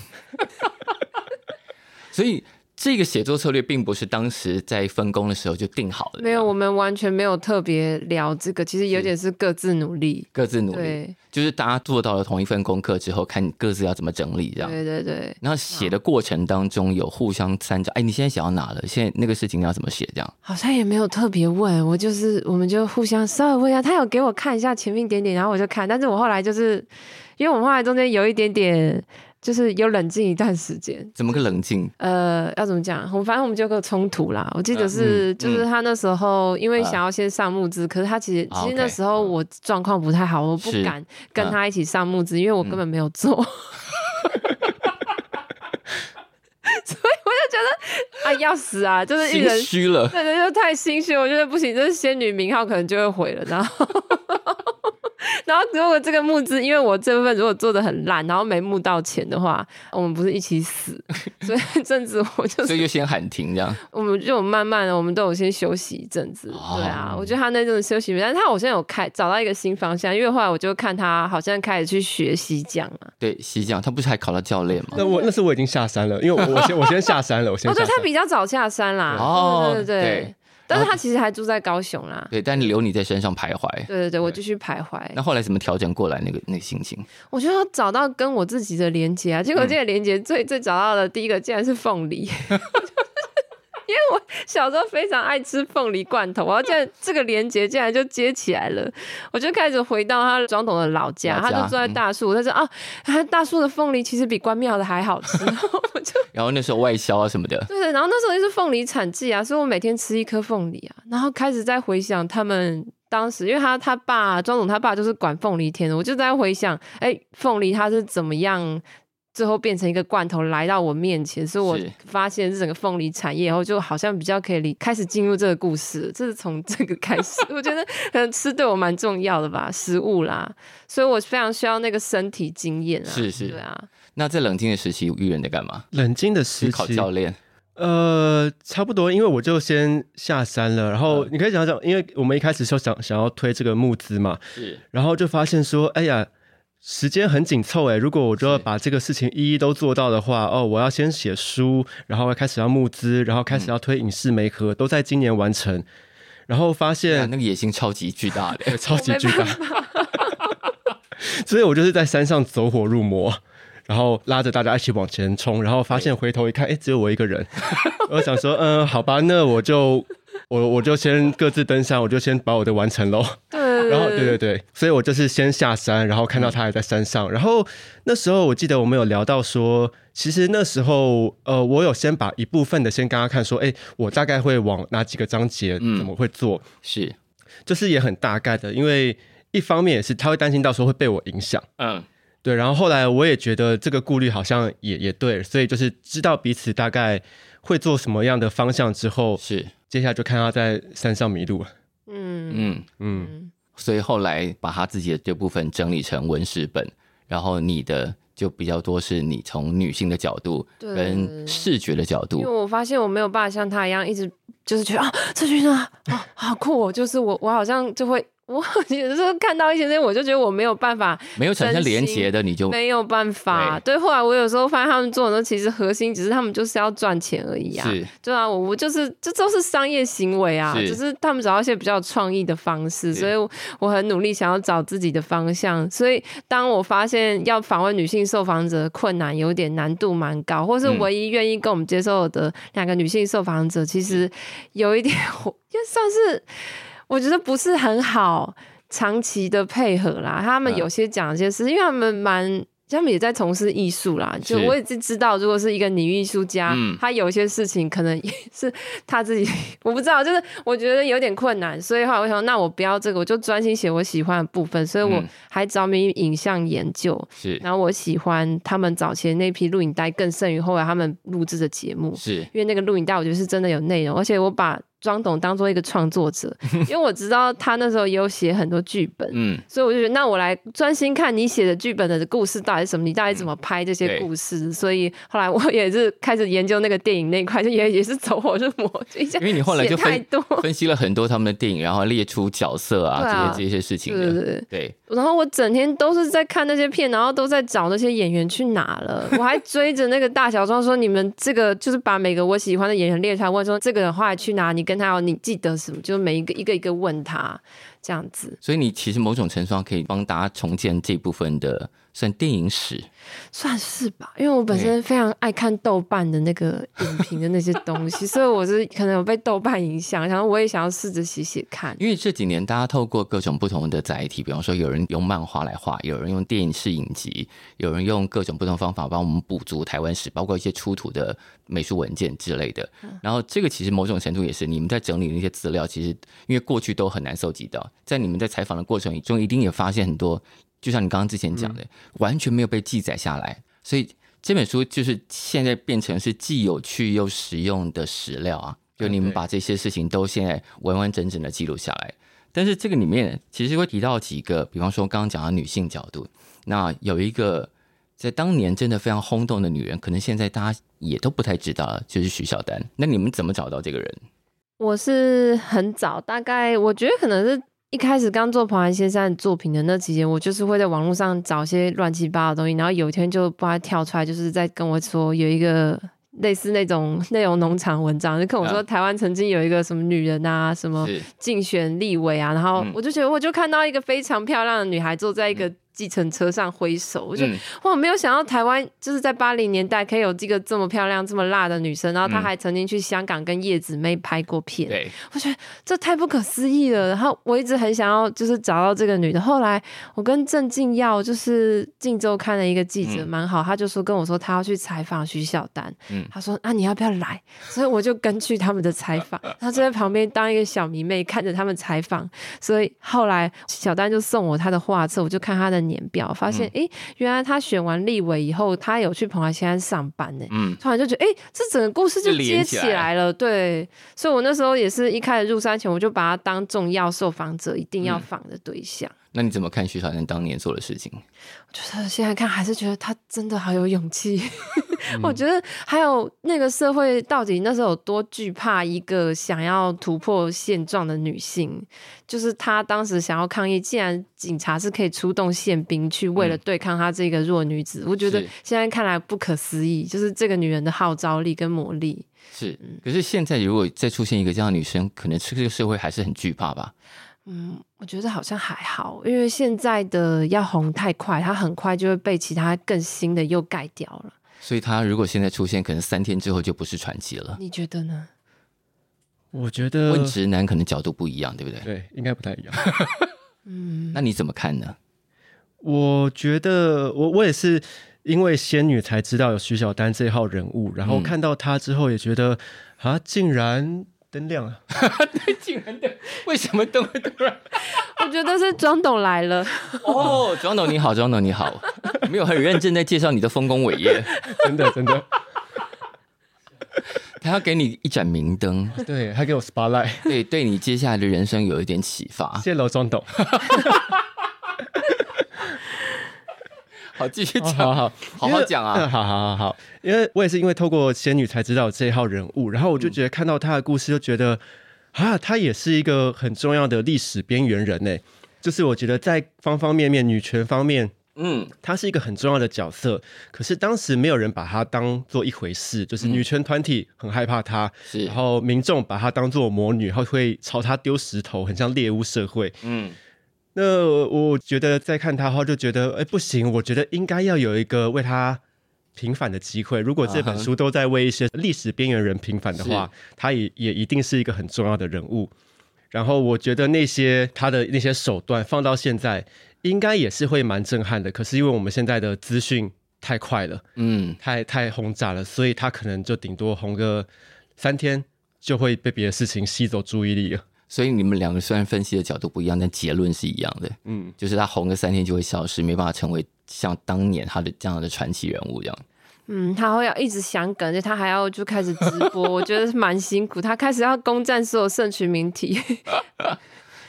Speaker 1: 所以这个写作策略并不是当时在分工的时候就定好了，
Speaker 2: 没有，我们完全没有特别聊这个，其实有点是各自努力。
Speaker 1: 各自努力，
Speaker 2: 对，
Speaker 1: 就是大家做到了同一份功课之后，看各自要怎么整理这样。
Speaker 2: 对对对，
Speaker 1: 然后写的过程当中有互相参照，哎，你现在想要哪了？现在那个事情要怎么写？这样
Speaker 2: 好像也没有特别问，我就是我们就互相稍微问一下，他有给我看一下前面一点点，然后我就看，但是我后来就是因为我们后来中间有一点点，就是有冷静一段时间。
Speaker 1: 怎么个冷静？
Speaker 2: 呃，要怎么讲？我们反正我们就有个冲突啦。我记
Speaker 1: 嗯
Speaker 2: 得是，
Speaker 1: 嗯
Speaker 2: 就是他那时候因为
Speaker 1: 啊
Speaker 2: 想要先上募资，可是他其实
Speaker 1: 啊
Speaker 2: 其实
Speaker 1: OK，
Speaker 2: 那时候我状况不太好，我不
Speaker 1: 是
Speaker 2: 敢跟
Speaker 1: 啊嗯
Speaker 2: 他一起上募资，因为我根本没有做。 所以我就觉得啊，要死啊！就是一
Speaker 1: 心
Speaker 2: 人
Speaker 1: 虚了，
Speaker 2: 对对，就太心虚，我觉得不行，这是仙女名号可能就会毁了。然后， 然后如果这个募资，因为我这部分如果做的很烂，然后没募到钱的话，我们不是一起死。所以那阵子我就
Speaker 1: 所
Speaker 2: 是，
Speaker 1: 以就先喊停这样。
Speaker 2: 我们就有慢慢的，我们都有先休息一阵子。
Speaker 1: 哦
Speaker 2: 对啊，我觉得他那阵子休息，但是他我现在有开找到一个新方向，因为后来我就看他好像开始去学习讲啊。
Speaker 1: 对，西将他不是还考到教练吗？
Speaker 3: 那我那时候我已经下山了，因为我我先我先下山了，我先
Speaker 2: 哦，
Speaker 3: 下
Speaker 2: 对，
Speaker 3: 山
Speaker 2: 他。比较早下山啦。
Speaker 1: 哦
Speaker 2: 对
Speaker 1: 对
Speaker 2: 对对，但是他其实还住在高雄啦。
Speaker 1: 对，但留你在山上徘徊。
Speaker 2: 对对对，我继续徘徊。
Speaker 1: 那后来怎么调整过来那个那个心情？
Speaker 2: 我就要找到跟我自己的连接
Speaker 1: 嗯
Speaker 2: 啊，结果这个连接最、最找到的第一个竟然是凤梨， 因为我小时候非常爱吃凤梨罐头，然后竟然这个连接竟然就接起来了，我就开始回到他庄董的老家，
Speaker 1: 老家嗯
Speaker 2: 他就住在大树，他说啊，他大树的凤梨其实比关庙的还好吃，然后我就
Speaker 1: 然后那时候外销啊什么的，
Speaker 2: 对的，然后那时候就是凤梨产季啊，所以我每天吃一颗凤梨啊，然后开始在回想他们当时，因为他他爸庄总他爸就是管凤梨田的，我就在回想，哎，凤梨它是怎么样。最后变成一个罐头来到我面前，所以我
Speaker 1: 是
Speaker 2: 发现这整个凤梨产业以后，就好像比较可以理开始进入这个故事，这是从这个开始。我觉得可能吃对我蛮重要的吧，食物啦，所以我非常需要那个身体经验啊。
Speaker 1: 是是
Speaker 2: 对啊，
Speaker 1: 那在冷静的时期，玉人在干嘛？
Speaker 3: 冷静的
Speaker 1: 去
Speaker 3: 时
Speaker 1: 考
Speaker 3: 期，
Speaker 1: 教练，
Speaker 3: 呃，差不多，因为我就先下山了。然后你可以讲讲，因为我们一开始就想想要推这个募资嘛，
Speaker 1: 是
Speaker 3: 然后就发现说，哎呀，时间很紧凑哎。如果我就要把这个事情一一都做到的话，哦，我要先写书，然后开始要募资，然后开始要推影视媒合，都在今年完成。然后发
Speaker 1: 对啊，
Speaker 3: 现
Speaker 1: 那个野心超级巨大的。
Speaker 3: 超级
Speaker 2: 我没
Speaker 3: 巨大，所以我就是在山上走火入魔。然后拉着大家一起往前冲，然后发现回头一看，哎、只有我一 个人。我想说，嗯，好吧，那我就我我就先各自登山，我就先把我的完成喽。
Speaker 1: 嗯
Speaker 2: 对
Speaker 3: 然后对对对，所以我就是先下山，然后看到他还在山上。然后那时候我记得我们有聊到说，其实那时候呃，我有先把一部分的先刚刚看说，哎，我大概会往哪几个章节
Speaker 1: 嗯
Speaker 3: 怎么会做，
Speaker 1: 是，
Speaker 3: 就是也很大概的，因为一方面也是他会担心到时候会被我影响。
Speaker 1: 嗯，
Speaker 3: 对，然后后来我也觉得这个顾虑好像也也对，所以就是知道彼此大概会做什么样的方向之后，
Speaker 1: 是，
Speaker 3: 接下来就看他在山上迷路了。
Speaker 2: 嗯
Speaker 1: 嗯，
Speaker 3: 嗯，
Speaker 2: 嗯，
Speaker 1: 所以后来把他自己的这部分整理成文史本，然后你的就比较多是你从女性的角度
Speaker 2: 对
Speaker 1: 跟视觉的角
Speaker 2: 因为
Speaker 1: 度，
Speaker 2: 我发现我没有办法像他一样一直就是觉得啊，这群人啊，啊好酷、哦，就是我我好像就会。我有时候看到一些东西，我就觉得我没有办法，
Speaker 1: 没有产生
Speaker 2: 分心
Speaker 1: 连结的你就
Speaker 2: 没有办法。对，后来我有时候发现他们做的东西，其实核心只是他们就是要赚钱而已啊。
Speaker 1: 是
Speaker 2: 对啊，我我就是这都是商业行为啊，
Speaker 1: 是
Speaker 2: 只是他们找到一些比较有创意的方式，
Speaker 1: 是
Speaker 2: 所以我我很努力想要找自己的方向。所以当我发现要访问女性受访者的困难有点难度蛮高，或是
Speaker 1: 嗯
Speaker 2: 唯一愿意跟我们接受的两个女性受访者，其
Speaker 1: 嗯
Speaker 2: 实有一点 我就算是我觉得不是很好长期的配合啦。他们
Speaker 1: 嗯
Speaker 2: 有些讲一些事，因为他们蛮。他们也在从事艺术啦，就是我也是知道，如果是一个女艺术家，
Speaker 1: 嗯
Speaker 2: 她有一些事情可能也是她自己， 我不知道，就是我觉得有点困难，所以后来我想，那我不要这个，我就专心写我喜欢的部分，所以我
Speaker 1: 嗯
Speaker 2: 还着迷于影像研究，
Speaker 1: 是
Speaker 2: 然后我喜欢他们早前那批录影带，更胜于后来他们录制的节目，
Speaker 1: 是，
Speaker 2: 因为那个录影带我觉得是真的有内容，而且我把庄董当做一个创 作者，因为我知道他那时候也有写很多剧本，
Speaker 1: 嗯，
Speaker 2: 所以我就觉得，那我来专心看你写的剧本的故事到底是什么，你
Speaker 1: 嗯
Speaker 2: 到底怎么拍这些故事。所以后来我也是开始研究那个电影那一块，就也也是走火入魔，就一下
Speaker 1: 因为你后来就
Speaker 2: 写太
Speaker 1: 分
Speaker 2: 多，
Speaker 1: 分析了很多他们的电影，然后列出角色
Speaker 2: 对啊
Speaker 1: 啊这些这些事情
Speaker 2: 对对
Speaker 1: 的，
Speaker 2: 对。
Speaker 1: 对，
Speaker 2: 然后我整天都是在看那些片，然后都在找那些演员去哪了。我还追着那个大小庄说：“你们这个就是把每个我喜欢的演员列出来，问说这个人后来去哪，你跟他有你记得什么，就每一个一个一个问他这样子。”
Speaker 1: 所以你其实某种程度上可以帮大家重建这部分的算电影史，
Speaker 2: 算是吧，因为我本身非常爱看豆瓣的那个影评的那些东西，所以我是可能有被豆瓣影响，然后我也想要试着写写看。
Speaker 1: 因为这几年大家透过各种不同的载体，比方说有人用漫画来画，有人用电影式影集，有人用各种不同方法帮我们补足台湾史，包括一些出土的美术文件之类的。然后这个其实某种程度也是你们在整理那些资料，其实因为过去都很难搜集到，在你们在采访的过程中，一定也发现很多，就像你刚刚之前讲的，完全没有被记载下来，所以。这本书就是现在变成是既有趣又实用的史料啊，就你们
Speaker 3: 对
Speaker 1: 把这些事情都现在完完整整的记录下来。但是这个里面其实会提到几个，比方说刚刚讲的女性角度，那有一个在当年真的非常轰动的女人，可能现在大家也都不太知道了，就是徐小丹。那你们怎么找到这个人？
Speaker 2: 我是很早，大概我觉得可能是一开始刚做彭安先生的作品的那期间，我就是会在网络上找一些乱七八糟的东西，然后有一天就不知道跳出来，就是在跟我说有一个。类似那种内容农场文章，就跟我说
Speaker 1: 嗯
Speaker 2: 台湾曾经有一个什么女人啊，什么
Speaker 1: 是
Speaker 2: 竞选立委啊，然后
Speaker 1: 嗯
Speaker 2: 我就觉得，我就看到一个非常漂亮的女孩坐在一个计程车上挥手，我就
Speaker 1: 嗯
Speaker 2: 哇，没有想到台湾就是在八零年代可以有这个这么漂亮、这么辣的女生，然后她
Speaker 1: 嗯
Speaker 2: 还曾经去香港跟叶子妹拍过片，
Speaker 1: 对，
Speaker 2: 我觉得这太不可思议了。然后我一直很想要就是找到这个女的。后来我跟郑敬耀就是《镜周刊》的一个记者
Speaker 1: 嗯
Speaker 2: 蛮好，他就说跟我说他要去采访徐小丹，
Speaker 1: 嗯
Speaker 2: 他说啊你要不要来？所以我就跟去他们的采访，然后就在旁边当一个小迷妹看着他们采访。所以后来小丹就送我他的画册，我就看他的年表，发
Speaker 1: 嗯
Speaker 2: 现诶，原来他选完立委以后，他有去蓬莱仙山上班呢、
Speaker 1: 嗯
Speaker 2: 突然就觉得，哎、这整个故事就
Speaker 1: 就连
Speaker 2: 接
Speaker 1: 起
Speaker 2: 起
Speaker 1: 来
Speaker 2: 来了。对，所以我那时候也是一开始入山前，我就把它当重要受访者一定要
Speaker 1: 嗯
Speaker 2: 访的对象。
Speaker 1: 那你怎么看徐小丹当年做的事情？
Speaker 2: 我觉得现在看还是觉得他真的好有勇气。 我
Speaker 1: 嗯
Speaker 2: 觉得还有那个社会到底那时候有多惧怕一个想要突破现状的女性，就是她当时想要抗议，既然警察是可以出动宪兵去为了
Speaker 1: 嗯
Speaker 2: 对抗她这个弱女子，我觉得
Speaker 1: 是
Speaker 2: 现在看来不可思议，就是这个女人的号召力跟魔力。
Speaker 3: 嗯
Speaker 1: 是，可是现在如果再出现一个这样的女生，可能这个社会还是很惧怕吧？
Speaker 2: 嗯，我觉得好像还好，因为现在的要红太快，它很快就会被其他更新的又盖掉了。
Speaker 1: 所以他如果现在出现，可能三天之后就不是传奇了。
Speaker 2: 你觉得呢？
Speaker 3: 我觉得
Speaker 1: 问直男可能角度不一样，对不对？
Speaker 3: 嗯对，应该不太一样。
Speaker 2: 嗯，
Speaker 1: 那你怎么看呢？
Speaker 3: 我觉得我我也是因为仙女才知道有徐小丹这号人物，然后
Speaker 1: 嗯
Speaker 3: 看到她之后也觉得啊，竟然灯亮 啊，
Speaker 1: 竟然的，为什么 都会突然？
Speaker 2: 我觉得是庄董来了，
Speaker 1: 哦，庄董你好，庄董你 好，没有很认真在介绍你的丰功伟业，
Speaker 3: 真的真的，
Speaker 1: 他要给你一盏明灯，
Speaker 3: 对，还给我 spotlight，
Speaker 1: 对，对你接下来的人生有一点启发。
Speaker 3: 谢谢楼总董，
Speaker 1: 哦好，继续
Speaker 3: 好
Speaker 1: 讲，
Speaker 3: 好好，
Speaker 1: 好好讲
Speaker 3: 因为
Speaker 1: 啊
Speaker 3: 嗯。 好好好好，因为我也是因为透过仙女才知道这一号人物，然后我就觉得看到她的故事，就觉得、啊，她也是一个很重要的历史边缘人呢。就是我觉得在方方面面，女权方面，
Speaker 1: 嗯，
Speaker 3: 她是一个很重要的角色，可是当时没有人把她当做一回事，就是女权团体很害怕她，
Speaker 1: 是
Speaker 3: 然，后民众把她当做魔女，然后会朝她丢石头，很像猎巫社会。
Speaker 1: 嗯，
Speaker 3: 那我觉得在看她后就觉得，哎，不行，我觉得应该要有一个为她平反的机会。如果这本
Speaker 1: 啊哈
Speaker 3: 书都在为一些历史边缘人平反的话，她也也一定是一个很重要的人物。然后我觉得那些他的那些手段放到现在，应该也是会蛮震撼的。可是因为我们现在的资讯太快了，
Speaker 1: 嗯，
Speaker 3: 太太轰炸了，所以他可能就顶多红个三天，就会被别的事情吸走注意力了。
Speaker 1: 所以你们两个虽然分析的角度不一样，但结论是一样的，
Speaker 3: 嗯，
Speaker 1: 就是他红个三天就会消失，没办法成为像当年他的这样的传奇人物这样。
Speaker 2: 嗯，他会要一直想梗，而且他还要就开始直播，我觉得蛮辛苦。他开始要攻占所有社群媒体，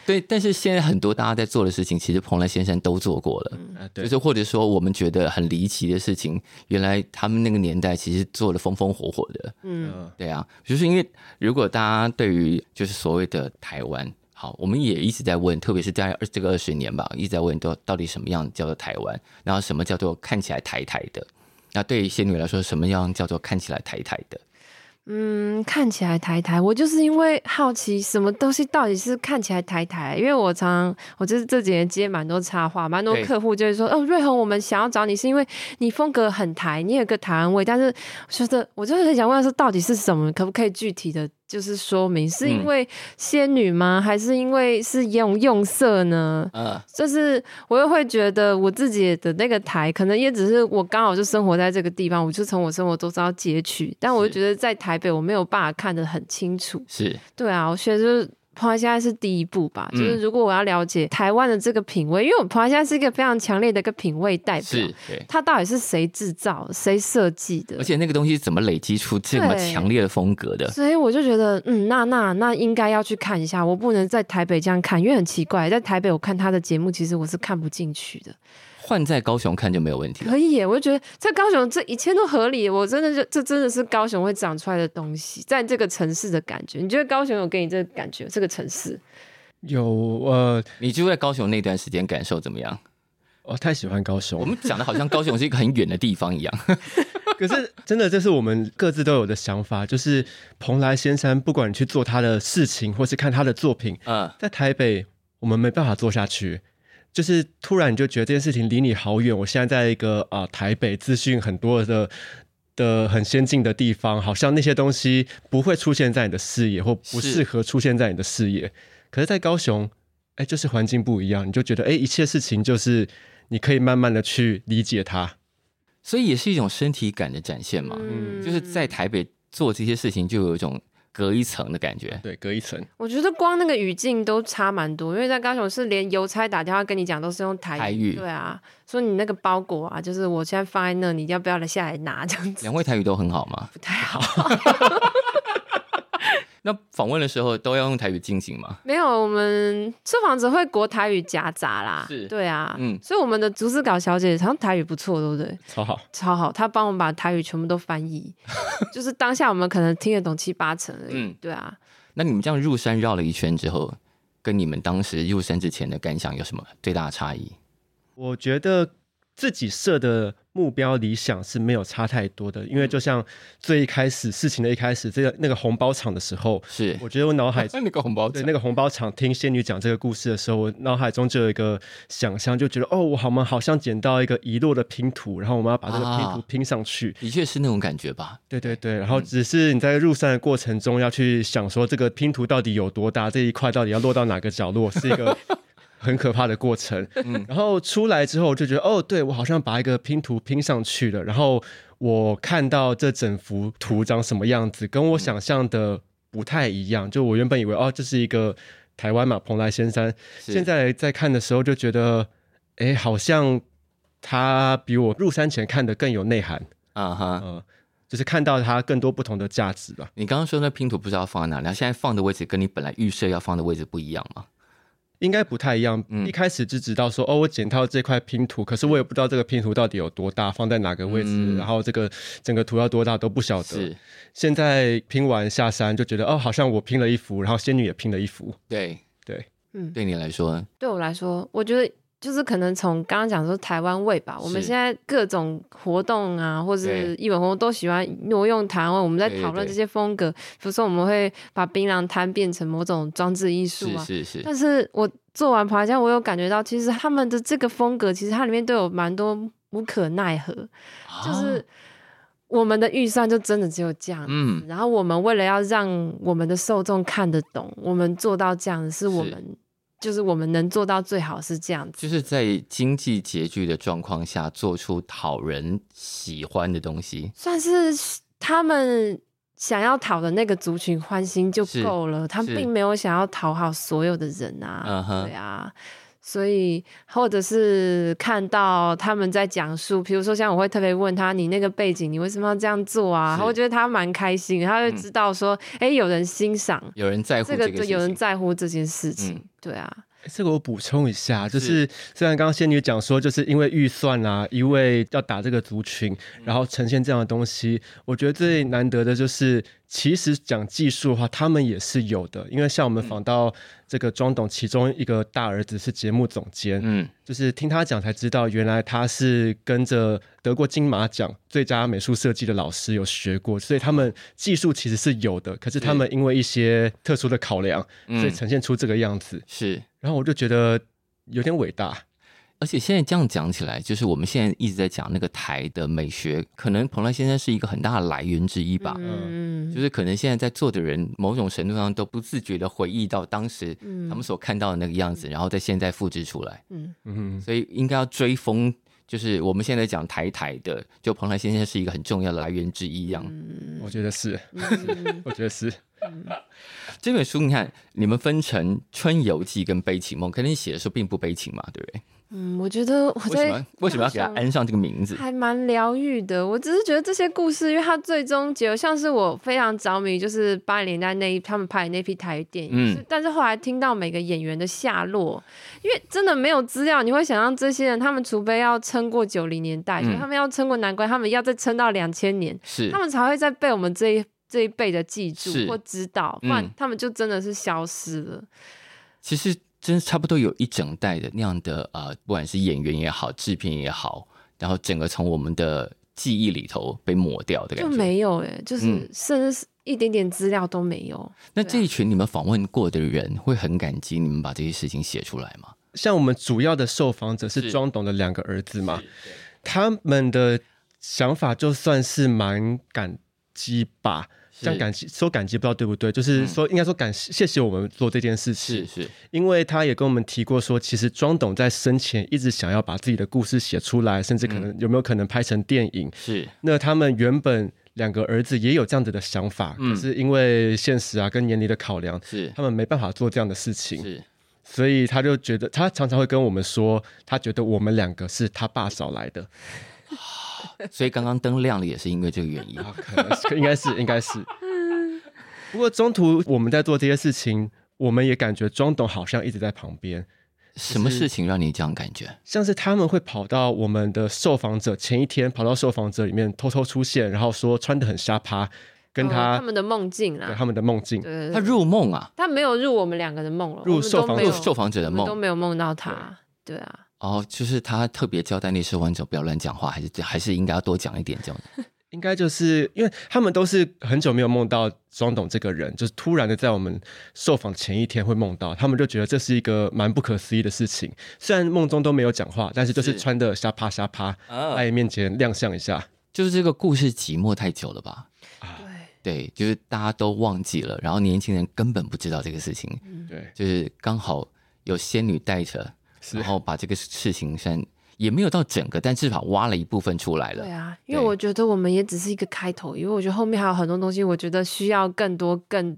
Speaker 1: 对，但是现在很多大家在做的事情，其实蓬莱先生都做过了，
Speaker 3: 啊，
Speaker 1: 就是或者说我们觉得很离奇的事情，原来他们那个年代其实做的风风火火的。
Speaker 2: 嗯，
Speaker 3: 嗯，
Speaker 1: 对啊，就是因为如果大家对于就是所谓的台湾，好，我们也一直在问，特别是在这个二十年吧，一直在问到到底什么样叫做台湾，然后什么叫做看起来台台的。那对于仙女来说，什么样叫做看起来台台的？
Speaker 2: 嗯，看起来台台，我就是因为好奇什么东西到底是看起来台台，因为我常我就是这几年接蛮多插画，蛮多
Speaker 1: 对
Speaker 2: 客户就会说，哦，瑞红，我们想要找你是因为你风格很台，你有个台湾味，但是我觉得我就是很想问说，到底是什么，可不可以具体的就是说明，是因
Speaker 1: 嗯
Speaker 2: 为仙女吗？还是因为是用用色呢？
Speaker 1: 嗯，
Speaker 2: 就是我又会觉得我自己的那个台，可能也只是我刚好就生活在这个地方，我就从我生活周遭截取，但我
Speaker 1: 是
Speaker 2: 就觉得在台北我没有办法看得很清楚。
Speaker 1: 是
Speaker 2: 对啊，我觉得就是。抛现在是第一步吧，
Speaker 1: 嗯
Speaker 2: 就是如果我要了解台湾的这个品味，因为我抛现在是一个非常强烈的一个品味代表，
Speaker 1: 是，对。
Speaker 2: 它到底是谁制造、谁设计的
Speaker 1: 而？且那个东西怎么累积出这么
Speaker 2: 对
Speaker 1: 强烈的风格的？
Speaker 2: 所以我就觉得，嗯，那那那应该要去看一下，我不能在台北这样看，因为很奇怪，在台北我看他的节目，其实我是看不进去的。
Speaker 1: 换在高雄看就没有问题了。
Speaker 2: 可以耶，我就觉得在高雄这一切都合理，我真的就这真的是高雄会长出来的东西，在这个城市的感觉。你觉得高雄有给你这个感觉？这个城市
Speaker 3: 有呃，
Speaker 1: 你就在高雄那段时间感受怎么 样？
Speaker 3: 我哦太喜欢高
Speaker 1: 我
Speaker 3: 雄，
Speaker 1: 们讲的好像高雄是一个很远的地方一样。
Speaker 3: 可是真的这是我们各自都有的想法，就是蓬莱仙山，不管你去做他的事情，或是看他的作品，
Speaker 1: 嗯，
Speaker 3: 在台北我们没办法做下去。就是突然你就觉得这件事情离你好远，我现在在一个啊、台北资讯很多的的很先进的地方，好像那些东西不会出现在你的视野，或不
Speaker 1: 是
Speaker 3: 适合出现在你的视野。可是，在高雄，哎，就是环境不一样，你就觉得哎，一切事情就是你可以慢慢的去理解它。
Speaker 1: 所以也是一种身体感的展现嘛。
Speaker 3: 嗯
Speaker 1: 就是在台北做这些事情，就有一种隔一层的感觉。
Speaker 3: 对，隔一层。
Speaker 2: 我觉得光那个语境都差蛮多，因为在高雄是连邮差打电话跟你讲都是用台语，
Speaker 1: 台语
Speaker 2: 对啊，说你那个包裹啊，就是我现在放在那，你要不要来下来拿这样子？
Speaker 1: 两位台语都 很好嘛，
Speaker 2: 不太好，
Speaker 1: 那访问的时候都要用台语进行嘛？
Speaker 2: 没有，我们受访者会国台语夹杂啦，
Speaker 1: 是
Speaker 2: 对啊，
Speaker 1: 嗯
Speaker 2: 所以我们的竹子稿小姐好像台语不错，对不对？
Speaker 3: 超好，
Speaker 2: 超好，他帮我们把台语全部都翻 译，就是当下我们可能听得懂七八成而已。
Speaker 1: 嗯
Speaker 2: 对啊，
Speaker 1: 那你们这样入山绕了一圈之后，跟你们当时入山之前的感想有什么最大的差异？
Speaker 3: 我觉得自己设的目标理想是没有差太多的，因为就像最一开始事情的一开始，这个那个红包场的时候，
Speaker 1: 是
Speaker 3: 我觉得我脑海
Speaker 1: 那那个红包
Speaker 3: 对
Speaker 1: 奖
Speaker 3: 那个红包场听仙女讲这个故事的时候，我脑海中就有一个想象，就觉得哦，我好吗？好像捡到一个遗落的拼图，然后我们要把这个拼图
Speaker 1: 啊
Speaker 3: 拼上去。
Speaker 1: 的确是那种感觉吧？
Speaker 3: 对对对，然后只是你在入山的过程中要去想说这个拼图到底有多大，这一块到底要落到哪个角落，是一个很可怕的过程。然后出来之后就觉得，哦，对我好像把一个拼图拼上去了，然后我看到这整幅图长什么样子，跟我想象的不太一样。就我原本以为，哦，这是一个台湾嘛，蓬莱仙山，
Speaker 1: 是
Speaker 3: 现在在看的时候就觉得，哎，好像它比我入山前看的更有内涵。
Speaker 1: 啊哈，
Speaker 3: 呃，就是看到它更多不同的价值吧。
Speaker 1: 你刚刚说那拼图不知道放在哪里，然后现在放的位置跟你本来预设要放的位置不一样吗？
Speaker 3: 应该不太一样，
Speaker 1: 嗯
Speaker 3: 一开始就知道说哦，我捡到这块拼图，可是我也不知道这个拼图到底有多大，放在哪个位置，
Speaker 1: 嗯
Speaker 3: 然后这个整个图要多大都不晓得。
Speaker 1: 是，
Speaker 3: 现在拼完下山就觉得哦，好像我拼了一幅，然后仙女也拼了一幅，
Speaker 1: 对，
Speaker 3: 对，
Speaker 2: 嗯，
Speaker 1: 对你来说，
Speaker 2: 对我来说，我觉得就是可能从刚刚讲说台湾味吧，我们
Speaker 1: 是
Speaker 2: 现在各种活动啊，或
Speaker 1: 对
Speaker 2: 是艺文活动都喜欢挪用台湾。我们在
Speaker 1: 对对
Speaker 2: 讨论
Speaker 1: 对
Speaker 2: 这些风格，比如说我们会把槟榔摊变成某种装置艺术
Speaker 1: 是
Speaker 2: 啊。
Speaker 1: 是是，
Speaker 2: 但是我做完爬山，我有感觉到，其实他们的这个风格，其实它里面都有蛮多无可奈何，就
Speaker 1: 啊
Speaker 2: 是我们的预算就真的只有这样。
Speaker 1: 嗯，
Speaker 2: 然后我们为了要让我们的受众看得懂，我们做到这样是我
Speaker 1: 是
Speaker 2: 们就是我们能做到最好是这样子。
Speaker 1: 就是在经济拮据的状况下做出讨人喜欢的东西，
Speaker 2: 算是他们想要讨的那个族群欢心就是够了，他
Speaker 1: 是
Speaker 2: 并没有想要讨好所有的人啊
Speaker 1: 嗯哼
Speaker 2: 对啊。所以，或者是看到他们在讲述，比如说像我会特别问他，你那个背景，你为什么要这样做啊？
Speaker 1: 是
Speaker 2: 我觉得他蛮开心的，他会
Speaker 1: 嗯
Speaker 2: 知道说，哎、有人欣赏
Speaker 1: 有人在乎
Speaker 2: 这
Speaker 1: 这个
Speaker 2: 个，
Speaker 1: 事情，
Speaker 2: 就有人在乎这件事情，
Speaker 1: 嗯
Speaker 2: 对啊，
Speaker 3: 诶这个我补充一下，就是是虽然刚刚仙女讲说，就是因为预算啊，因为要打这个族群，然后呈现这样的东西，我觉得最难得的就是，其实讲技术的话，他们也是有的，因为像我们访到这个庄董，其中一个大儿子是节目总监，
Speaker 1: 嗯，
Speaker 3: 就是听他讲才知道，原来他是跟着德国金马奖最佳美术设计的老师有学过，所以他们技术其实是有的，可是他们因为一些特殊的考量，
Speaker 1: 嗯
Speaker 3: 所以呈现出这个样子。
Speaker 1: 是。
Speaker 3: 然后我就觉得有点伟大，
Speaker 1: 而且现在这样讲起来，就是我们现在一直在讲那个台的美学，可能蓬莱先生是一个很大的来源之一吧。
Speaker 2: 嗯，
Speaker 1: 就是可能现在在座的人，某种程度上都不自觉的回忆到当时
Speaker 2: 嗯
Speaker 1: 他们所看到的那个样子，然后在现在复制出来。
Speaker 2: 嗯，
Speaker 3: 嗯，
Speaker 1: 所以应该要追风，就是我们现在讲台台的，就蓬莱先生是一个很重要的来源之一。一样，
Speaker 3: 我觉得是，
Speaker 2: 嗯
Speaker 3: 我觉得是，
Speaker 1: 这本书你看，你们分成《春游记》跟《悲情梦》，可能你写的时候并不悲情嘛，对不对？
Speaker 2: 嗯，我觉得我
Speaker 1: 为什
Speaker 2: 在
Speaker 1: 么为什么要给他安上这个名字？
Speaker 2: 还蛮疗愈的。我只是觉得这些故事，因为它最终结，像是我非常着迷，就是八零年代那一他们拍的那批台语电影。
Speaker 1: 嗯
Speaker 2: 是但是后来听到每个演员的下落，因为真的没有资料，你会想象这些人，他们除非要撑过九零年代，
Speaker 1: 嗯
Speaker 2: 所以他们要撑过难关，他们要再撑到两千年，
Speaker 1: 是
Speaker 2: 他们才会再被我们这一这一辈的记住
Speaker 1: 是
Speaker 2: 或知道，
Speaker 1: 嗯
Speaker 2: 不然他们就真的是消失了。
Speaker 1: 其实真差不多有一整代的那样的呃，不管是演员也好，制片也好，然后整个从我们的记忆里头被抹掉的
Speaker 2: 就
Speaker 1: 感觉。
Speaker 2: 没有哎、就是
Speaker 1: 嗯
Speaker 2: 甚至是一点点资料都没有。
Speaker 1: 那这一群你们访问过的人会很感激你们把这些事情写出来吗？
Speaker 3: 像我们主要的受访者
Speaker 1: 是
Speaker 3: 是庄董的两个儿子嘛，他们的想法就算是蛮感激吧，
Speaker 1: 是嗯
Speaker 3: 像感激说感激不知道对不对，就是说应该说感谢谢谢我们做这件事
Speaker 1: 是
Speaker 3: 情，
Speaker 1: 是，
Speaker 3: 因为他也跟我们提过说，其实庄董在生前一直想要把自己的故事写出来，甚至
Speaker 1: 嗯
Speaker 3: 可能有没有可能拍成电影，
Speaker 1: 是
Speaker 3: 那他们原本。两个儿子也有这样子的想法，
Speaker 1: 嗯
Speaker 3: 可是因为现实啊跟年龄的考量，
Speaker 1: 是
Speaker 3: 他们没办法做这样的事情。
Speaker 1: 是
Speaker 3: 所以他就觉得，他常常会跟我们说，他觉得我们两个是他爸找来的，
Speaker 1: 所以刚刚灯亮了也是因为这个 原因。
Speaker 3: 啊，可能是应该是应该是。不过中途我们在做这些事情，我们也感觉庄董好像一直在旁边，
Speaker 1: 什么事情让你这样感觉？
Speaker 3: 像是他们会跑到我们的受访者前一天跑到受访者里面偷偷出现，然后说穿的很瞎趴，跟
Speaker 2: 哦
Speaker 3: 他、
Speaker 2: 他们的梦境
Speaker 3: 对
Speaker 2: 啦，
Speaker 3: 他们的梦境，
Speaker 2: 对，
Speaker 1: 他入梦啊，
Speaker 2: 他没有入我们两个的梦了，
Speaker 3: 入
Speaker 2: 我们都
Speaker 3: 受访
Speaker 2: 呃没
Speaker 3: 者
Speaker 1: 入
Speaker 2: 有
Speaker 1: 受访者的
Speaker 2: 我们都
Speaker 1: 梦。
Speaker 2: 没有梦到他，对啊，
Speaker 1: 哦，就是他特别交代那些患者不要乱讲话，还是还是应该要多讲一点这样。
Speaker 3: 应该就是因为他们都是很久没有梦到庄董这个人，就是突然的在我们受访前一天会梦到，他们就觉得这是一个蛮不可思议的事情。虽然梦中都没有讲话，但是就是
Speaker 1: 是
Speaker 3: 穿的瞎趴瞎趴，
Speaker 1: 啊
Speaker 3: 在面前亮相一下。啊
Speaker 1: 就是这个故事寂寞太久了吧？对，就是大家都忘记了，然后年轻人根本不知道这个事情，
Speaker 2: 嗯
Speaker 3: 对，
Speaker 1: 就是刚好有仙女带着，
Speaker 3: 是
Speaker 1: 然后把这个事情算也没有到整个，但至少挖了一部分出来
Speaker 2: 对
Speaker 1: 了。
Speaker 2: 啊，因为
Speaker 1: 对
Speaker 2: 我觉得我们也只是一个开头，因为我觉得后面还有很多东西，我觉得需要更多、更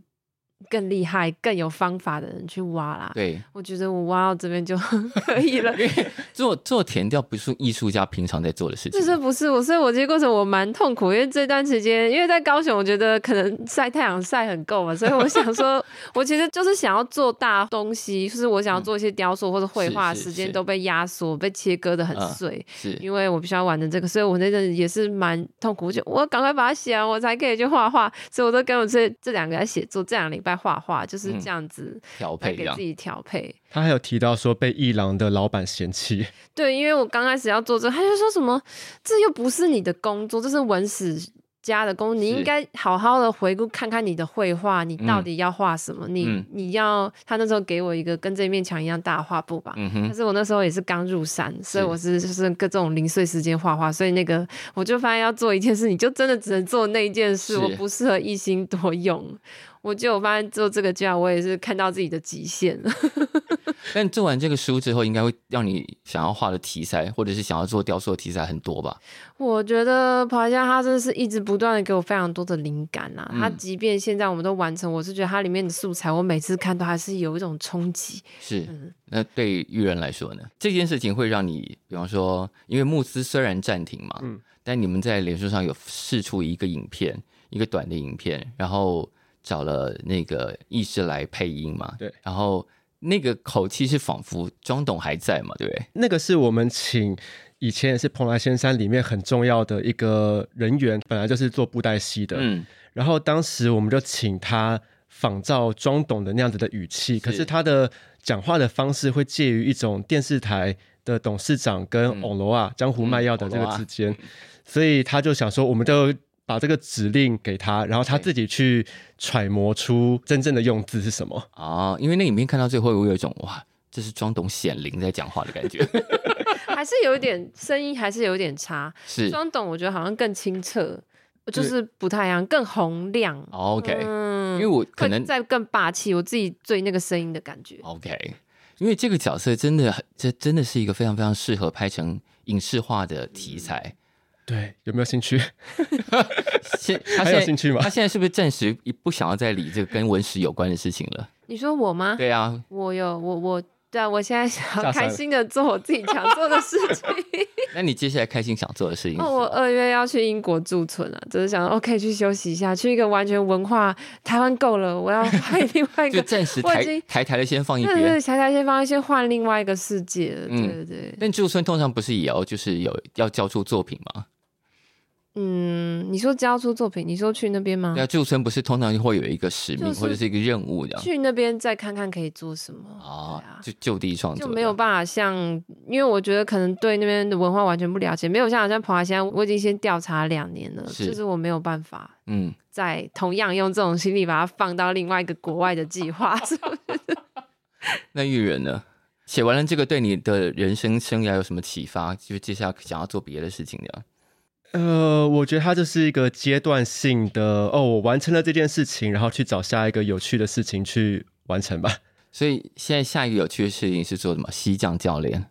Speaker 2: 更厉害、更有方法的人去挖啦。
Speaker 1: 对，
Speaker 2: 我觉得我挖到这边就 可以了，
Speaker 1: 做做填调不是艺术家平常在做的事情
Speaker 2: 这。是不是我？所以我这个过程我蛮痛苦，因为这段时间，因为在高雄，我觉得可能晒太阳晒很够嘛，所以我想 说，我其实就是想要做大东西，就是我想要做一些雕塑或者绘画，
Speaker 1: 嗯是是
Speaker 2: 时间
Speaker 1: 是
Speaker 2: 都被压缩、被切割的很
Speaker 1: 嗯
Speaker 2: 碎。
Speaker 1: 是
Speaker 2: 因为我必须要完成这个，所以我那阵也是蛮痛苦，就我赶快把它写完，我才可以去画画。所以我都跟我这这两个在写作，这两个礼拜画画，就是这样子
Speaker 1: 调
Speaker 2: 来
Speaker 1: 嗯配这
Speaker 2: 给
Speaker 1: 样
Speaker 2: 自。己调配。
Speaker 3: 他还有提到说被一郎的老板嫌弃，
Speaker 2: 对，因为我刚开始要做这个，他就说什么这又不是你的工作，这是文史家的工作，你
Speaker 1: 是
Speaker 2: 应该好好的回顾看看你的绘画，你到
Speaker 1: 嗯
Speaker 2: 底要画什么？你
Speaker 1: 嗯
Speaker 2: 你要他那时候给我一个跟这面墙一样大的画布吧，
Speaker 1: 嗯
Speaker 2: 但
Speaker 1: 哼，
Speaker 2: 是我那时候也是刚入山，所以我是就是各种零碎时间画画，所以那个我就发现要做一件事，你就真的只能做那一件事，
Speaker 1: 是
Speaker 2: 我不适合一心多用。我觉得我发现做这个家，我也是看到自己的极限了。
Speaker 1: 但做完这个书之后，应该会让你想要画的题材，或者是想要做雕塑的题材很多吧？
Speaker 2: 我觉得跑一下，它真的是一直不断的给我非常多的灵感啊！
Speaker 1: 嗯
Speaker 2: 它即便现在我们都完成，我是觉得它里面的素材，我每次看都还是有一种冲击。
Speaker 1: 是，那对于育人来说呢？这件事情会让你，比方说，因为募资虽然暂停嘛，
Speaker 3: 嗯
Speaker 1: 但你们在脸书上有试出一个影片，一个短的影片，然后找了那个医师来配音嘛，
Speaker 3: 对，
Speaker 1: 然后那个口气是仿佛庄董还在嘛，对不对？
Speaker 3: 那个是我们请以前也是蓬莱仙山里面很重要的一个人员，本来就是做布袋戏的，
Speaker 1: 嗯，
Speaker 3: 然后当时我们就请他仿照庄董的那样子的语气，可是他的讲话的方式会介于一种电视台的董事长跟
Speaker 1: 嗯
Speaker 3: 网罗啊江湖卖药的这个
Speaker 1: 嗯偶罗啊
Speaker 3: 之间，所以他就想说，我们就。把这个指令给他，然后他
Speaker 1: 对
Speaker 3: 自己去揣摩出真正的用字是什么。
Speaker 1: 哦，因为那影片看到最后，我有一种哇，这是庄董显灵在讲话的感 觉，
Speaker 2: 还是有一点声音，还是有一点差。
Speaker 1: 是
Speaker 2: 装懂我觉得好像更清澈，就是不太一样，更洪亮。
Speaker 1: 哦，OK，、
Speaker 2: 嗯
Speaker 1: 因为我可
Speaker 2: 会
Speaker 1: 能哦
Speaker 2: 再更霸气，我自己对那个声音的感觉。
Speaker 1: OK，因为这个角色真的很，这真的是一个非常非常适合拍成影视化的题材。
Speaker 3: 对，有没有兴趣？
Speaker 1: 现他
Speaker 3: 还有
Speaker 1: 现在
Speaker 3: 兴趣吗
Speaker 1: 他现在是不是暂时不想要再理这个跟文史有关的事情了？
Speaker 2: 你说我吗？
Speaker 1: 对啊，
Speaker 2: 我有我我对啊，我现在想
Speaker 3: 吓
Speaker 2: 要
Speaker 3: 傻了
Speaker 2: 开心的做我自己想做的事情。
Speaker 1: 那你接下来开心想做的事情是？
Speaker 2: 哦，我二月要去英国驻村啊，只是想说哦，可以去休息一下，去一个完全文化台湾够 了，我要换另外一
Speaker 1: 就
Speaker 2: 个。
Speaker 1: 暂时
Speaker 2: 我已
Speaker 1: 台
Speaker 2: 经嗯
Speaker 1: 台台的先放一
Speaker 2: 对对，
Speaker 1: 边。
Speaker 2: 小小先放先换另外一个世界了，
Speaker 1: 嗯
Speaker 2: 对对对，
Speaker 1: 但驻村通常不是也要就是有要交出作品吗？
Speaker 2: 嗯，你说交出作品，你说去那边吗
Speaker 1: 对？啊，驻村不是通常会有一个使命
Speaker 2: 嗯就是
Speaker 1: 或者是一个任务的
Speaker 2: 去那边再看看可以做什么
Speaker 1: 哦
Speaker 2: 对啊，
Speaker 1: 就就地创作
Speaker 2: 就
Speaker 1: 的
Speaker 2: 没有办法像，因为我觉得可能对那边的文化完全不了解，没有像像普华现在，我已经先调查两年了，
Speaker 1: 是
Speaker 2: 就是我没有办法
Speaker 1: 嗯，
Speaker 2: 再同样用这种心理把它放到另外一个国外的计划。 所以
Speaker 1: 那玉人呢？写完了这个，对你的人生生涯有什么启发？就是接下来想要做别的事情的？
Speaker 3: 呃，我觉得它就是一个阶段性的哦，我完成了这件事情，然后去找下一个有趣的事情去完成吧。
Speaker 1: 所以现在下一个有趣的事情是做什么？西藏教练，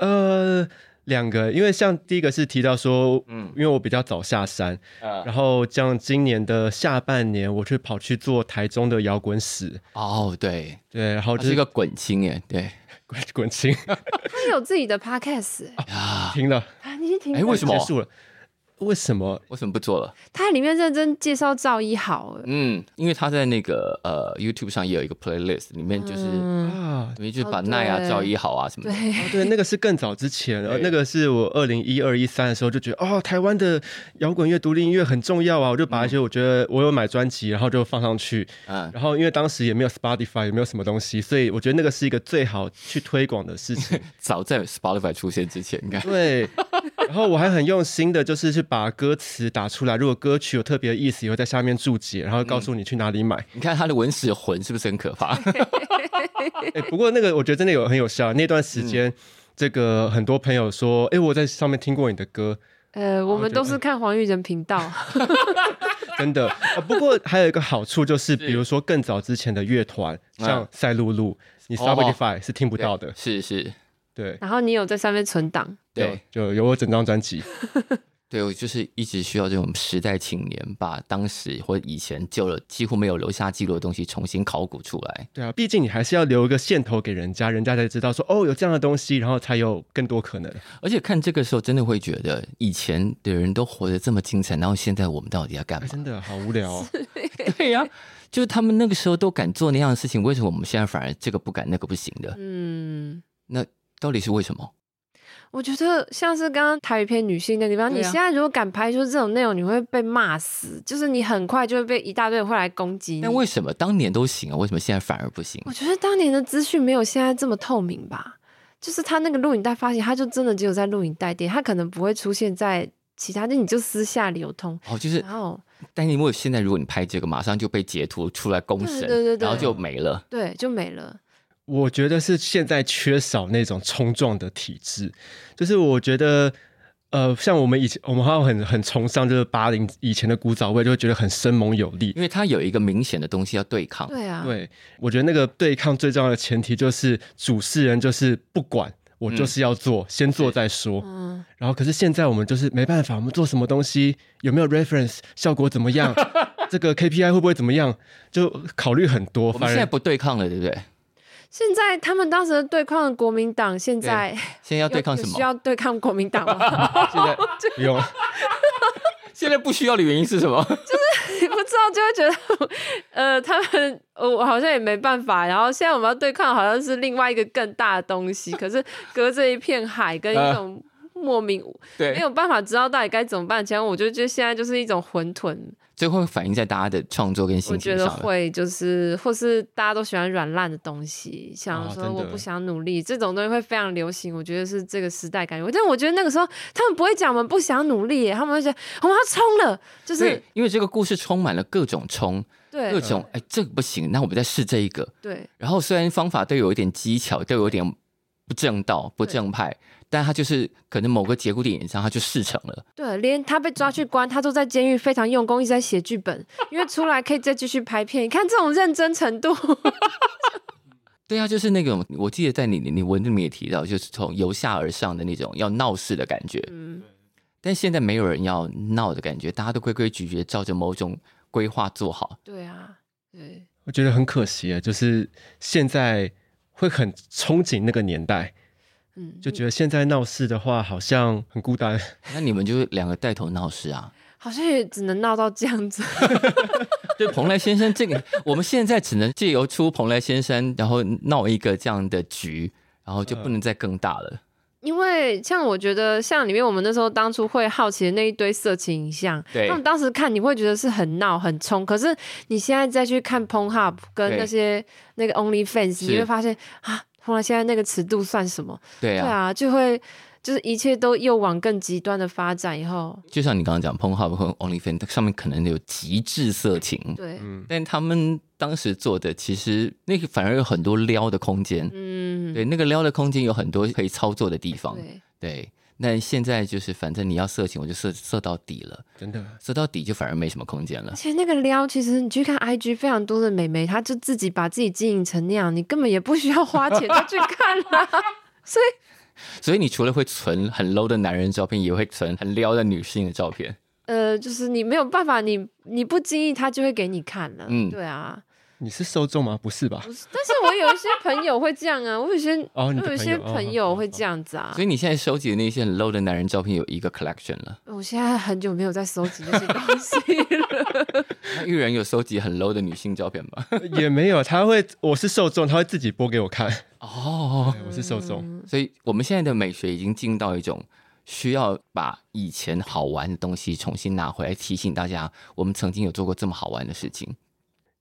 Speaker 3: 呃，两个，因为像第一个是提到说，
Speaker 1: 嗯
Speaker 3: 因为我比较早下山，
Speaker 1: 呃，
Speaker 3: 然后像今年的下半年，我去跑去做台中的摇滚史，
Speaker 1: 哦，对，
Speaker 3: 对，然后
Speaker 1: 我
Speaker 3: 就是
Speaker 1: 一
Speaker 3: 是
Speaker 1: 个啊滚青耶，对
Speaker 3: 滚滚琴
Speaker 2: 他有自己的 podcast，欸
Speaker 1: 啊，
Speaker 3: 停了，
Speaker 2: 啊，你去听
Speaker 1: 哎为什么
Speaker 3: 结束了。为什么？
Speaker 1: 为什么不做了？
Speaker 2: 它里面认真介绍赵一豪，
Speaker 1: 嗯，因为他在那个呃 YouTube 上也有一个 playlist，里面就是、
Speaker 2: 嗯
Speaker 3: 啊，
Speaker 1: 里面就是
Speaker 2: 哦
Speaker 1: 把奈啊、
Speaker 2: 对
Speaker 1: 赵一豪啊什么的。
Speaker 2: 对，
Speaker 3: 哦对，那个是更早之前，呃，
Speaker 1: 对
Speaker 3: 那个是我二零一二一三的时候就觉得，哦，台湾的摇滚乐、独立音乐很重要啊，我就把一些我觉得我有买专辑，然后就放上去。
Speaker 1: 嗯，
Speaker 3: 然后因为当时也没有 Spotify，也没有什么东西，所以我觉得那个是一个最好去推广的事情。
Speaker 1: 早在 Spotify 出现之前，你看，
Speaker 3: 对，然后我还很用心的，就是去把歌词打出来，如果歌曲有特别的意思，也会在下面注解，然后告
Speaker 1: 嗯
Speaker 3: 诉你去哪里买。
Speaker 1: 你看他的文史魂是不是很可怕？
Speaker 3: 哎、不过那个我觉得真的有很有效。那
Speaker 1: 嗯
Speaker 3: 段时间，这个很多朋友说，哎、我在上面听过你的歌，
Speaker 1: 哦
Speaker 2: 呃，我们都是看黄玉仁频道，
Speaker 3: 真的。啊、不过还有一个好处就是，
Speaker 1: 是
Speaker 3: 比如说更早之前的乐团，
Speaker 1: 嗯
Speaker 3: 像赛露露，你
Speaker 1: 哦
Speaker 3: Spotify 是听不到的。
Speaker 1: 是是，
Speaker 3: 对，
Speaker 2: 然后你有在上面存档，
Speaker 1: 对
Speaker 3: 有有有我整张专辑。
Speaker 1: 对，我就是一直需要这种时代青年，把当时或以前旧了几乎没有留下记录的东西重新考古出来。
Speaker 3: 对啊，毕竟你还是要留一个线头给人家，人家才知道说哦有这样的东西，然后才有更多可能。
Speaker 1: 而且看这个时候，真的会觉得以前的人都活得这么精彩，然后现在我们到底要干
Speaker 3: 哎，
Speaker 1: 嘛？
Speaker 3: 真的好无聊、哦。
Speaker 1: 对呀、就是他们那个时候都敢做那样的事情，为什么我们现在反而这个不敢那个不行的？
Speaker 2: 嗯。
Speaker 1: 那到底是为什么？
Speaker 2: 我觉得像是刚刚台语片女性的地方，
Speaker 1: 对啊
Speaker 2: 你现在如果敢拍出这种内容，你会被骂死，就是你很快就会被一大堆人会来攻击你
Speaker 1: 那。为什么当年都行啊，为什么现在反而不行
Speaker 2: 我？觉得当年的资讯没有现在这么透明吧，就是他那个录影带发行，他就真的只有在录影带店，他可能不会出现在其他店，你就私下流通。
Speaker 1: 哦，就是
Speaker 2: 然，后
Speaker 1: 但因为现在如果你拍这个，马上就被截图出来公审，
Speaker 2: 对对对对
Speaker 1: 然后就没了。
Speaker 2: 对，就没了。
Speaker 3: 我觉得是现在缺少那种冲撞的体制，就是我觉得。呃，像我们以前，我们好像很很崇尚就是八零以前的古早味，就会觉得很生猛有力。
Speaker 1: 因为它有一个明显的东西要对抗，
Speaker 2: 对啊，
Speaker 3: 对，我觉得那个对抗最重要的前提就是主事人就是不管，我
Speaker 1: 嗯
Speaker 3: 就是要做，先做再说。
Speaker 2: 嗯，
Speaker 3: 然后可是现在我们就是没办法，我们做什么东西有没有 reference，效果怎 么样，这个 KPI 会不会怎么样，就考虑很多。
Speaker 1: 我们
Speaker 3: 反
Speaker 1: 现在
Speaker 3: 而
Speaker 1: 不对抗了，对不对？
Speaker 2: 现在他们当时的对抗国民党，现在
Speaker 1: 现在要
Speaker 2: 要
Speaker 1: 对抗什么
Speaker 2: 需？要对抗国民党吗？
Speaker 3: 现在 不用。
Speaker 1: 现在不需要的原因是什么？
Speaker 2: 不知道就会觉得，呃，他们呃我好像也没办法。然后现在我们要对抗，好像是另外一个更大的东西，可是隔着一片海，跟一种莫名、 没
Speaker 1: 呃对，
Speaker 2: 有办法知道到底该怎么办。其实我就觉得现在就是一种混沌，
Speaker 1: 最后反映在大家的创作跟
Speaker 2: 我
Speaker 1: 心
Speaker 2: 觉
Speaker 1: 情
Speaker 2: 得
Speaker 1: 上了。
Speaker 2: 会就是，或是大家都喜欢软烂的东西，想
Speaker 3: 啊
Speaker 2: 说
Speaker 3: 真的
Speaker 2: 我不想努力，这种东西会非常流行。我觉得是这个时代感觉，但我觉得那个时候他们不会讲我们不想努力耶，他们会讲我们要冲了，就是
Speaker 1: 对，因为这个故事充满了各种冲，
Speaker 2: 对
Speaker 1: 各种哎，这个不行，那我们再试这一个。
Speaker 2: 对
Speaker 1: 然后虽然方法都有一点技巧，都有一点不正道、不正派，但他就是可能某个节骨点上他就事成了。
Speaker 2: 对，连他被抓去关，他都在监狱非常用功，一直在写剧本，因为出来可以再继续拍片。你看这种认真程度，
Speaker 1: 对啊，就是那种我记得在你你你文字里面也提到，就是从由下而上的那种要闹事的感觉，
Speaker 2: 嗯，
Speaker 1: 但现在没有人要闹的感觉，大家都规规矩矩，照着某种规划做好。
Speaker 2: 对啊，对，
Speaker 3: 我觉得很可惜耶，就是现在会很憧憬那个年代，
Speaker 2: 嗯，
Speaker 3: 就觉得现在闹事的话好像很孤单，
Speaker 1: 那你们就是两个带头闹事啊！
Speaker 2: 好像也只能闹到这样子。
Speaker 1: 对，蓬莱先生这个，我们现在只能借由出蓬莱先生，然后闹一个这样的局，然后就不能再更大了。
Speaker 2: 因为像我觉得，像里面我们那时候当初会好奇的那一堆色情影像，
Speaker 1: 对
Speaker 2: 他们当时看你会觉得是很闹很冲，可是你现在再去看 Pornhub 跟
Speaker 1: 对
Speaker 2: 那些那个 OnlyFans，你
Speaker 1: 是
Speaker 2: 会发现啊，后来现在那个尺度算什么？
Speaker 1: 对
Speaker 2: 对
Speaker 1: 啊，
Speaker 2: 啊，就会就是一切都又往更极端的发展以后，
Speaker 1: 就像你刚刚讲 p o n h u b 和 OnlyFans 上面可能有极致色情，
Speaker 2: 对，
Speaker 3: 嗯
Speaker 1: 但他们当时做的其实那个反而有很多撩的空间，
Speaker 2: 嗯，
Speaker 1: 对，那个撩的空间有很多可以操作的地方，
Speaker 2: 对
Speaker 1: 对。那现在就是，反正你要色情，我就色色到底了，
Speaker 3: 真的。
Speaker 1: 色到底就反而没什么空间了
Speaker 2: 而。且那个撩，其实你去看 IG 非常多的美眉，她就自己把自己经营成那样，你根本也不需要花钱再去看啦。
Speaker 1: 所以你除了会存很 low 的男人照片，也会存很撩的女性的照片。
Speaker 2: 呃，就是你没有办法，你你不经意，她就会给你看了。
Speaker 1: 嗯
Speaker 2: 对啊，
Speaker 3: 你是受众吗？不是吧？
Speaker 2: 不是，但是我有一些朋友会这样啊，我有些
Speaker 3: 哦，
Speaker 2: 我
Speaker 3: 你的
Speaker 2: 有一些朋友会这
Speaker 3: 样。
Speaker 2: 样子啊
Speaker 1: 所。以你现在收集的那些很 low 的男人照片有一个 collection 了。
Speaker 2: 我现在很久没有在搜集那些东西了。
Speaker 1: 那玉人有收集很 low 的女性照片吗？
Speaker 3: 哦哦也没有，他会，我是受众，他会自己播给我看。
Speaker 1: 哦，
Speaker 3: 对我是受众，
Speaker 2: 嗯
Speaker 1: 所以我们现在的美学已经进到一种需要把以前好玩的东西重新拿回来，提醒大家我们曾经有做过这么好玩的事情。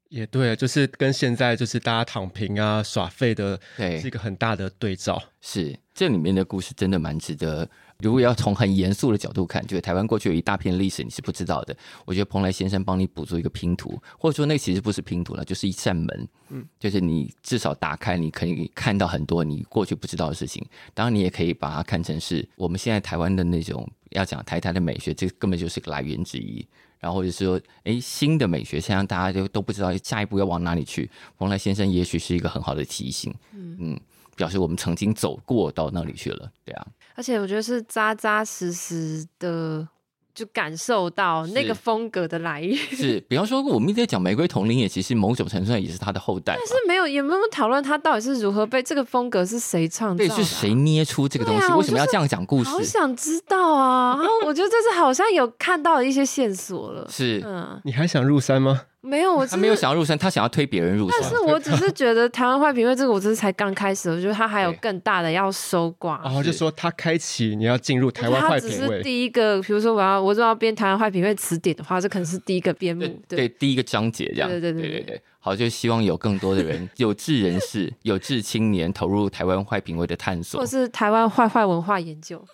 Speaker 3: 也对，就是跟现在就是大家躺平啊、耍废的，
Speaker 1: 对
Speaker 3: 是一个很大的对照。
Speaker 1: 是这里面的故事真的蛮值得。如果要从很严肃的角度看，就是台湾过去有一大片历史你是不知道的。我觉得蓬莱先生帮你补足一个拼图，或者说那其实不是拼图了，就是一扇门。嗯，就是你至少打开，你可以看到很多你过去不知道的事情。当然，你也可以把它看成是我们现在台湾的那种要讲台台的美学，这根本就是个来源之一。然后或者是说，诶，新的美学，现在大家就都不知道下一步要往哪里去。蓬莱先生也许是一个很好的提醒。嗯，表示我们曾经走过到那里去了，对啊，
Speaker 2: 而且我觉得是扎扎实实的，就感受到
Speaker 1: 是
Speaker 2: 那个风格的来源。
Speaker 1: 是，比方说我们一直在讲玫瑰同林，也其实某种程度上也是他的后代嘛，
Speaker 2: 但是没有，也没有讨论他到底是如何被这个风格是谁创造
Speaker 1: 对，
Speaker 2: 的啊、
Speaker 1: 是谁捏出这个东西？
Speaker 2: 对啊
Speaker 1: 为什么要
Speaker 2: 我就是
Speaker 1: 这样讲故
Speaker 2: 好
Speaker 1: 事？
Speaker 2: 想知道啊！然后我觉得这次好像有看到一些线索了。
Speaker 1: 是
Speaker 2: 嗯，
Speaker 3: 你还想入山吗？
Speaker 2: 没有，我
Speaker 1: 他
Speaker 2: 只
Speaker 1: 没有
Speaker 2: 是，
Speaker 1: 想要入山，他想要推别人入
Speaker 2: 但是
Speaker 1: 山。
Speaker 2: 我只是觉得台湾坏评论这个，我只是才刚开始，我觉得它还有
Speaker 1: 对
Speaker 2: 更大的要收刮。
Speaker 3: 然后就说他开启你要进入哦台湾
Speaker 2: 它
Speaker 3: 坏
Speaker 2: 只
Speaker 3: 品
Speaker 2: 是
Speaker 3: 味，
Speaker 2: 第一个，比如说我要我如果要编台湾坏评论词典的话，这可能是第一个编目
Speaker 1: 对。
Speaker 2: 嗯对
Speaker 1: 对，第一个章节这样，
Speaker 2: 对对对
Speaker 1: 对
Speaker 2: 对
Speaker 1: 对好，就希望有更多的 人，有志人士、有志青年投入台湾坏品味的探索
Speaker 2: 或，是台湾坏坏文化研究，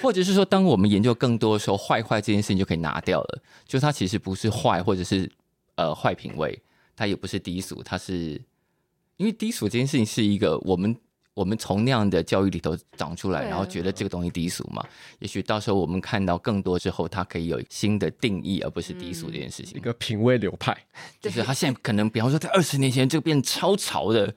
Speaker 1: 或者是说，当我们研究更多的时候，坏坏这件事情就可以拿掉了。就它其实不是坏，或者是呃坏品味，它也不是低俗，它是因为低俗这件事情是一个我们我们从那样的教育里头长出来，
Speaker 2: 对啊
Speaker 1: 然后觉得这个东西低俗嘛。也许到时候我们看到更多之后，它可以有新的定义，而不是低
Speaker 2: 嗯
Speaker 1: 俗这件事情
Speaker 3: 一。个品味流派。
Speaker 1: 就是它现在可能，比方说在二十年前，这个变超潮 的。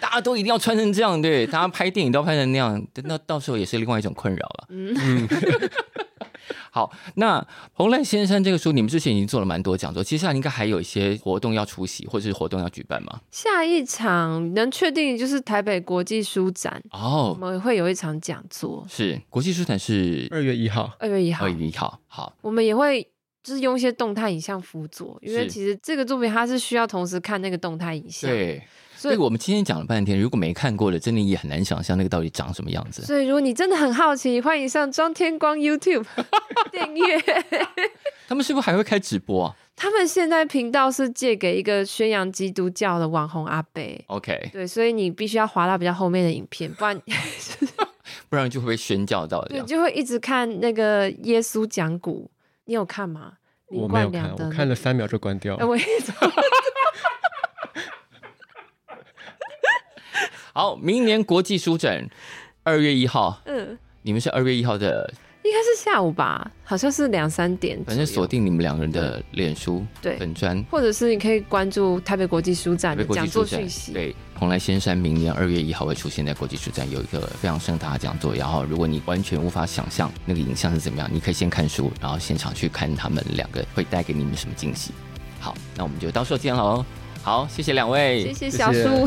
Speaker 1: 大家都一定要穿成这样，对，大家拍电影都要拍成那样，那到时候也是另外一种困扰了。
Speaker 3: 嗯，
Speaker 1: 好，那洪亮先生这个书，你们之前已经做了蛮多讲座，接下来应该还有一些活动要出席，或者是活动要举办吗？
Speaker 2: 下一场能确定就是台北国际书展，我
Speaker 1: 哦，
Speaker 2: 们会有一场讲座，
Speaker 1: 是国际书展是
Speaker 3: 二月一号，
Speaker 2: 二月一号
Speaker 1: 二，月一号，好，
Speaker 2: 我们也会就是用一些动态影像辅佐，因为
Speaker 1: 是
Speaker 2: 其实这个作品它是需要同时看那个动态影像，
Speaker 1: 对，
Speaker 2: 所
Speaker 1: 所以
Speaker 2: 以
Speaker 1: 我们今天讲了半天，如果没看过的，真的也很难想象那个到底长什么样子。
Speaker 2: 所以如果你真的很好奇，欢迎上庄天光 YouTube 订阅。
Speaker 1: 他们是不是还会开直播、啊、
Speaker 2: 他们现在频道是借给一个宣扬基督教的网红阿贝。
Speaker 1: ？OK，
Speaker 2: 对，所以你必须要滑到比较后面的影片，不然
Speaker 1: 啊不然就会被宣教到这
Speaker 2: 对
Speaker 1: 样。
Speaker 2: 就会一直看那个耶稣讲古。你有看吗？
Speaker 3: 我
Speaker 2: 林
Speaker 3: 没有
Speaker 2: 冠良
Speaker 3: 看，
Speaker 2: 的
Speaker 3: 我
Speaker 2: 那
Speaker 3: 看
Speaker 2: 个
Speaker 3: 了三秒就关掉
Speaker 2: 哎，
Speaker 3: 了。
Speaker 2: 我也
Speaker 1: 好，明年国际书展二月一号，
Speaker 2: 嗯，
Speaker 1: 你们是二月一号的，
Speaker 2: 应该是下午吧，好像是两三点左右，
Speaker 1: 反正锁定你们两个人的脸书
Speaker 2: 对
Speaker 1: 粉砖。
Speaker 2: 或者是你可以关注台北国际书展
Speaker 1: 台北
Speaker 2: 的
Speaker 1: 国
Speaker 2: 讲
Speaker 1: 际
Speaker 2: 座
Speaker 1: 书展
Speaker 2: 讯息。
Speaker 1: 对，蓬莱仙山明年二月一号会出现在国际书展，有一个非常盛大的讲座。然后，如果你完全无法想象那个影像是怎么样，你可以先看书，然后现场去看他们两个会带给你们什么惊喜。好，那我们就到时候见喽。好，谢谢两位，
Speaker 2: 谢谢
Speaker 3: 谢
Speaker 2: 小
Speaker 3: 谢
Speaker 2: 叔。